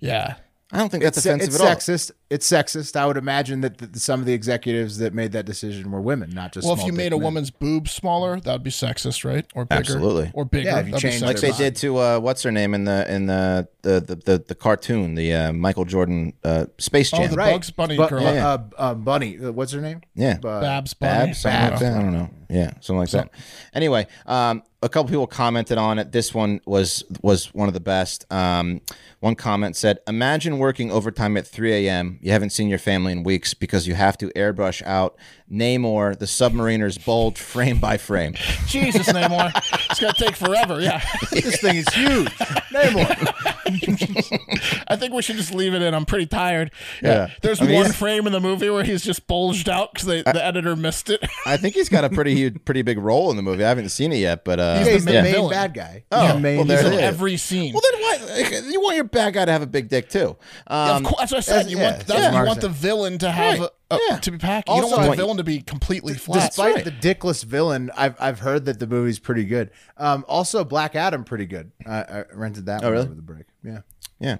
Speaker 2: yeah.
Speaker 3: I don't think that's
Speaker 1: it's,
Speaker 3: offensive
Speaker 1: it's
Speaker 3: at all.
Speaker 1: sexist. It's sexist. I would imagine that th- some of the executives that made that decision were women, not just.
Speaker 2: Well, if
Speaker 1: small
Speaker 2: you
Speaker 1: dick
Speaker 2: made a
Speaker 1: men.
Speaker 2: woman's boob smaller, that would be sexist, right? Or bigger.
Speaker 3: Absolutely.
Speaker 2: Or bigger.
Speaker 1: Yeah, if you
Speaker 2: that'd be
Speaker 1: change
Speaker 2: sexist.
Speaker 3: like they did to uh, what's her name in the in the the the, the, the cartoon, the uh, Michael Jordan uh, Space
Speaker 2: Oh,
Speaker 3: Jam.
Speaker 2: the
Speaker 1: Right.
Speaker 2: Bugs Bunny
Speaker 1: Bu-
Speaker 2: girl.
Speaker 1: uh, uh, Bunny, Uh, what's her name?
Speaker 3: yeah.
Speaker 1: Uh,
Speaker 2: Babs Bunny.
Speaker 3: Babs, something like that. I don't know. Yeah, something like that. Anyway, um, a couple people commented on it. This one was was one of the best. Um, one comment said, "Imagine working overtime at 3 a.m. You haven't seen your family in weeks because you have to airbrush out Namor the submariner's bulge frame by frame."
Speaker 2: Jesus, Namor. It's gonna take forever. Yeah.
Speaker 1: This thing is huge. Namor.
Speaker 2: I think we should just leave it in. I'm pretty tired. Yeah. There's
Speaker 3: I mean,
Speaker 2: one
Speaker 3: he's-
Speaker 2: frame in the movie where he's just bulged out because the editor missed it.
Speaker 3: I think he's got a pretty huge, pretty big role in the movie. I haven't seen it yet, but uh,
Speaker 2: He's the
Speaker 1: He's the
Speaker 3: yeah.
Speaker 1: main
Speaker 2: villain.
Speaker 1: bad guy.
Speaker 3: Oh,
Speaker 1: the main
Speaker 3: well, there
Speaker 2: He's
Speaker 3: it
Speaker 2: in
Speaker 3: is.
Speaker 1: villain.
Speaker 2: every scene.
Speaker 3: Well, then why you want your bad guy to have a big dick too?
Speaker 2: Yeah,
Speaker 3: Um,
Speaker 2: of course, that's what I said. You,
Speaker 3: yeah,
Speaker 2: want, that's,
Speaker 1: yeah.
Speaker 2: you want the villain to have
Speaker 3: Right,
Speaker 2: a, a-
Speaker 3: yeah.
Speaker 2: to be packed. You
Speaker 3: Also,
Speaker 2: don't want
Speaker 3: I-
Speaker 2: the villain to be completely flat.
Speaker 1: Despite
Speaker 3: right.
Speaker 1: the dickless villain, I've I've heard that the movie's pretty good. Um, also, Black Adam, pretty good. I, I rented that one
Speaker 3: Oh, really?
Speaker 1: over the break. Yeah,
Speaker 3: yeah,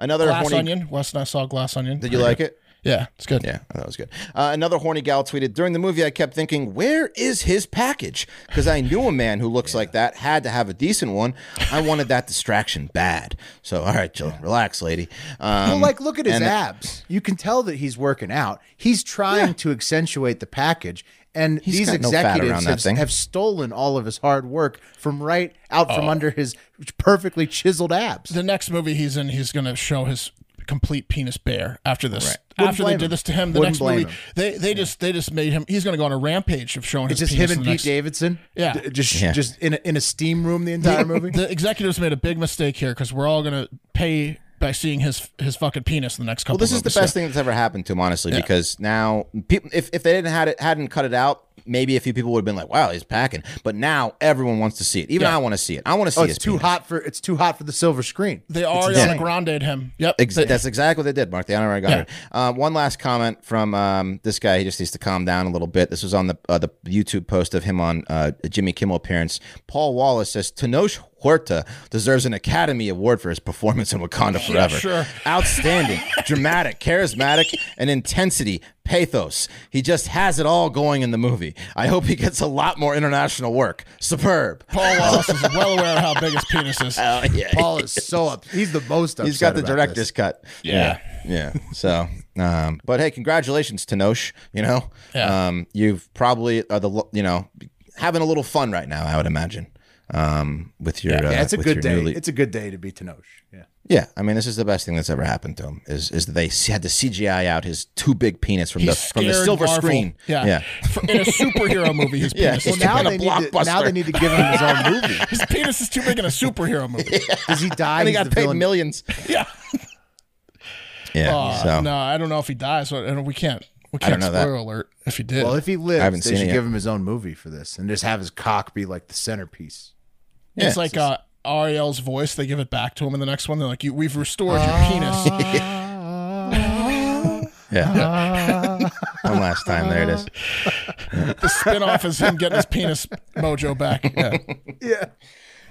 Speaker 3: another
Speaker 2: glass
Speaker 3: horny.
Speaker 2: onion. Wes and I saw glass onion.
Speaker 3: Did you like it?
Speaker 2: Yeah, it's good.
Speaker 3: Yeah, that was good. Uh, another horny gal tweeted during the movie. I kept thinking, where is his package? Because I knew a man who looks like that had to have a decent one. I wanted that distraction bad. So all right, Jill, relax, lady. Um,
Speaker 1: well, like look at his
Speaker 3: and-
Speaker 1: abs. You can tell that he's working out. He's trying to accentuate the package, and these
Speaker 3: got no fat around
Speaker 1: executives
Speaker 3: that
Speaker 1: have,
Speaker 3: thing.
Speaker 1: have stolen all of his hard work from right out
Speaker 3: Oh.
Speaker 1: from under his perfectly chiseled abs.
Speaker 2: The next movie he's in, he's going to show his complete penis bare after this. After they
Speaker 1: blame him.
Speaker 2: did this to him, the
Speaker 1: Wouldn't
Speaker 2: next movie
Speaker 1: blame him.
Speaker 2: they they just they just made him. He's going to go on a rampage of showing
Speaker 1: it's
Speaker 2: his
Speaker 1: just
Speaker 2: penis
Speaker 1: him and
Speaker 2: in
Speaker 1: Pete
Speaker 2: the next-
Speaker 1: Davidson.
Speaker 2: Yeah.
Speaker 1: D- just
Speaker 3: Yeah.
Speaker 1: just in a, in a steam room the entire movie.
Speaker 2: The executives made a big mistake here because we're all going to pay by seeing his his fucking penis in the next couple.
Speaker 3: Well, this is the
Speaker 2: movies. So-
Speaker 3: best thing that's ever happened to him, honestly, because now people, if, if they didn't had it hadn't cut it out, maybe a few people would have been like, "Wow, he's packing." But now everyone wants to see it. Even
Speaker 2: Yeah.
Speaker 3: I want to see it. I want to see
Speaker 1: oh,
Speaker 3: his
Speaker 1: it's too
Speaker 3: penis.
Speaker 1: hot for it's too hot for the silver screen.
Speaker 2: They
Speaker 3: insane.
Speaker 2: Ariana Grande him. Yep.
Speaker 3: Ex-
Speaker 2: They-
Speaker 3: that's exactly what they did, Mark. They honorary got it. Uh, one last comment from um, this guy. He just needs to calm down a little bit. This was on the uh, the YouTube post of him on uh, a Jimmy Kimmel appearance. Paul Wallace says Tenoch Huerta deserves an Academy Award for his performance in Wakanda Forever.
Speaker 2: sure.
Speaker 3: Outstanding, dramatic, charismatic, and intensity. Pathos. He just has it all going in the movie. I hope he gets a lot more international work. Superb.
Speaker 2: Paul Wallace is well aware of how big his penis is.
Speaker 3: Oh, yeah.
Speaker 1: Paul is so up. He's the most upset.
Speaker 3: He's got the
Speaker 1: about
Speaker 3: director's
Speaker 1: this.
Speaker 3: cut.
Speaker 2: Yeah.
Speaker 3: Yeah. Yeah. So, um, but hey, congratulations, Tanosh. You know,
Speaker 2: Yeah.
Speaker 3: um, you've probably are the lo- you know having a little fun right now. I would imagine um, with your uh,
Speaker 1: Yeah, it's a
Speaker 3: with
Speaker 1: good
Speaker 3: your
Speaker 1: day.
Speaker 3: newly-
Speaker 1: It's a good day to be Tanosh. Yeah.
Speaker 3: yeah, I mean, this is the best thing that's ever happened to him. Is is that they had to CGI out his too big penis from
Speaker 2: He
Speaker 3: the from the
Speaker 2: scared
Speaker 3: silver
Speaker 2: Marvel.
Speaker 3: screen.
Speaker 2: Yeah.
Speaker 3: Yeah.
Speaker 2: For- in a superhero movie, his
Speaker 3: Yeah.
Speaker 2: penis
Speaker 3: Well,
Speaker 2: is
Speaker 3: now
Speaker 2: too big.
Speaker 3: they need-
Speaker 1: to, now they
Speaker 3: blockbuster.
Speaker 1: need to give him his own movie.
Speaker 2: his penis is too big in a superhero movie.
Speaker 1: Does he die?
Speaker 3: And he
Speaker 1: He's
Speaker 3: got
Speaker 1: the
Speaker 3: paid
Speaker 1: villain.
Speaker 3: millions.
Speaker 2: Yeah.
Speaker 3: Yeah.
Speaker 2: Uh,
Speaker 3: so
Speaker 2: No, I don't know if he dies. So, and we can't. We
Speaker 3: I don't
Speaker 2: can't
Speaker 3: know that.
Speaker 2: spoiler alert if he did.
Speaker 1: Well, if he lives,
Speaker 3: haven't
Speaker 1: they
Speaker 3: seen
Speaker 1: should
Speaker 3: it yet.
Speaker 1: give him his own movie for this and just have his cock be like the centerpiece.
Speaker 3: yeah,
Speaker 2: it's like uh, Ariel's voice. They give it back to him in the next one. They're like, you, "We've restored your
Speaker 3: Oh.
Speaker 2: penis."
Speaker 3: yeah. One last time. There it is.
Speaker 2: the spinoff is him getting his penis mojo back. Yeah.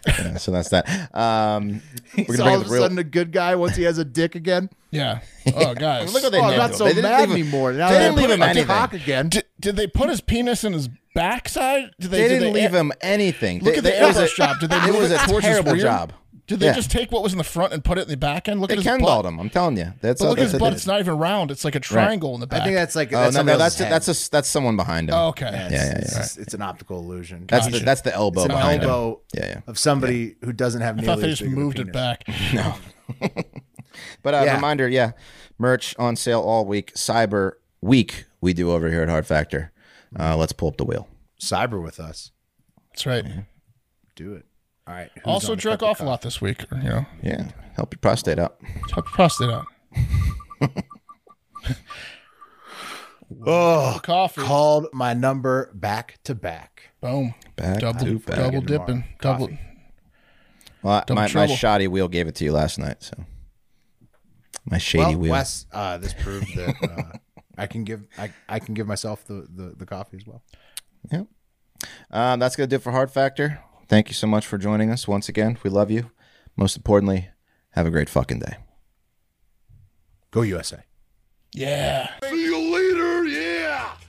Speaker 3: Yeah, so that's that. Um,
Speaker 1: He's
Speaker 3: we're gonna bring
Speaker 1: all
Speaker 3: up
Speaker 1: of a
Speaker 3: the real.
Speaker 1: sudden a good guy once he has a dick again.
Speaker 2: Yeah. Oh, guys.
Speaker 3: Look what they
Speaker 1: oh, I'm
Speaker 3: did to
Speaker 1: not
Speaker 3: him.
Speaker 1: so
Speaker 3: They didn't
Speaker 1: mad
Speaker 3: leave him-
Speaker 1: anymore. Now
Speaker 3: they
Speaker 1: they
Speaker 3: didn't
Speaker 1: put
Speaker 3: leave him
Speaker 1: a
Speaker 3: anything.
Speaker 1: cock again.
Speaker 2: did, did they put his penis in his backside? Did
Speaker 3: They,
Speaker 2: did
Speaker 3: didn't
Speaker 2: they- e-
Speaker 3: leave him anything.
Speaker 2: Look
Speaker 3: They-
Speaker 2: at the
Speaker 3: they- it was
Speaker 2: airbrush
Speaker 3: a-
Speaker 2: job. Did they
Speaker 3: It
Speaker 2: move
Speaker 3: was
Speaker 2: it
Speaker 3: a
Speaker 2: towards his
Speaker 3: terrible
Speaker 2: rear?
Speaker 3: job.
Speaker 2: Did they
Speaker 3: Yeah.
Speaker 2: just take what was in the front and put it in the back end? Look
Speaker 3: They
Speaker 2: at his
Speaker 3: Kendalled
Speaker 2: butt.
Speaker 3: him. I'm telling you. That's
Speaker 2: But look
Speaker 3: how-
Speaker 2: at his
Speaker 3: that's
Speaker 2: butt.
Speaker 3: how-
Speaker 2: It's not even round. It's like a triangle in the back.
Speaker 1: I think that's like
Speaker 3: Oh
Speaker 1: that's
Speaker 3: no, no,
Speaker 1: somebody
Speaker 3: that's
Speaker 1: else's
Speaker 3: that's
Speaker 1: head.
Speaker 3: a, that's someone behind him.
Speaker 2: Oh, okay.
Speaker 1: Yeah,
Speaker 3: Yeah,
Speaker 1: it's,
Speaker 3: yeah,
Speaker 1: It's, it's an optical illusion.
Speaker 3: That's the
Speaker 2: Gotcha.
Speaker 3: that's the elbow
Speaker 1: it's an
Speaker 3: behind him.
Speaker 1: elbow
Speaker 3: Yeah, yeah.
Speaker 1: of somebody who doesn't have
Speaker 2: I
Speaker 1: nearly
Speaker 2: thought they
Speaker 1: as
Speaker 2: just
Speaker 1: big of a
Speaker 2: moved it
Speaker 1: penis.
Speaker 2: back.
Speaker 3: But uh,
Speaker 1: Yeah.
Speaker 3: reminder, yeah, merch on sale all week. Cyber week we do over here at Hard Factor. Uh, let's pull up the wheel.
Speaker 1: Cyber with us.
Speaker 2: That's right.
Speaker 1: Do it. All right. who's
Speaker 2: Also,
Speaker 1: on the
Speaker 2: jerk
Speaker 1: cup
Speaker 2: off a lot this week. or, You know,
Speaker 3: Yeah, help your prostate up.
Speaker 2: help your prostate out.
Speaker 1: of- Oh,
Speaker 2: Coffee.
Speaker 1: called my number back to back.
Speaker 2: Boom.
Speaker 3: Back
Speaker 2: double,
Speaker 3: to back.
Speaker 2: double
Speaker 1: Get more
Speaker 2: dipping. Double.
Speaker 3: Well,
Speaker 2: Double
Speaker 3: my, my
Speaker 2: trouble.
Speaker 3: shoddy wheel gave it to you last night, so my shady
Speaker 1: Well,
Speaker 3: wheel.
Speaker 1: Wes, uh, this proved that uh, I can give I, I can give myself the, the the coffee as well.
Speaker 3: Um, that's gonna do it for Hard Factor. Thank you so much for joining us once again. We love you. Most importantly, have a great fucking day.
Speaker 1: Go USA.
Speaker 2: Yeah.
Speaker 5: See you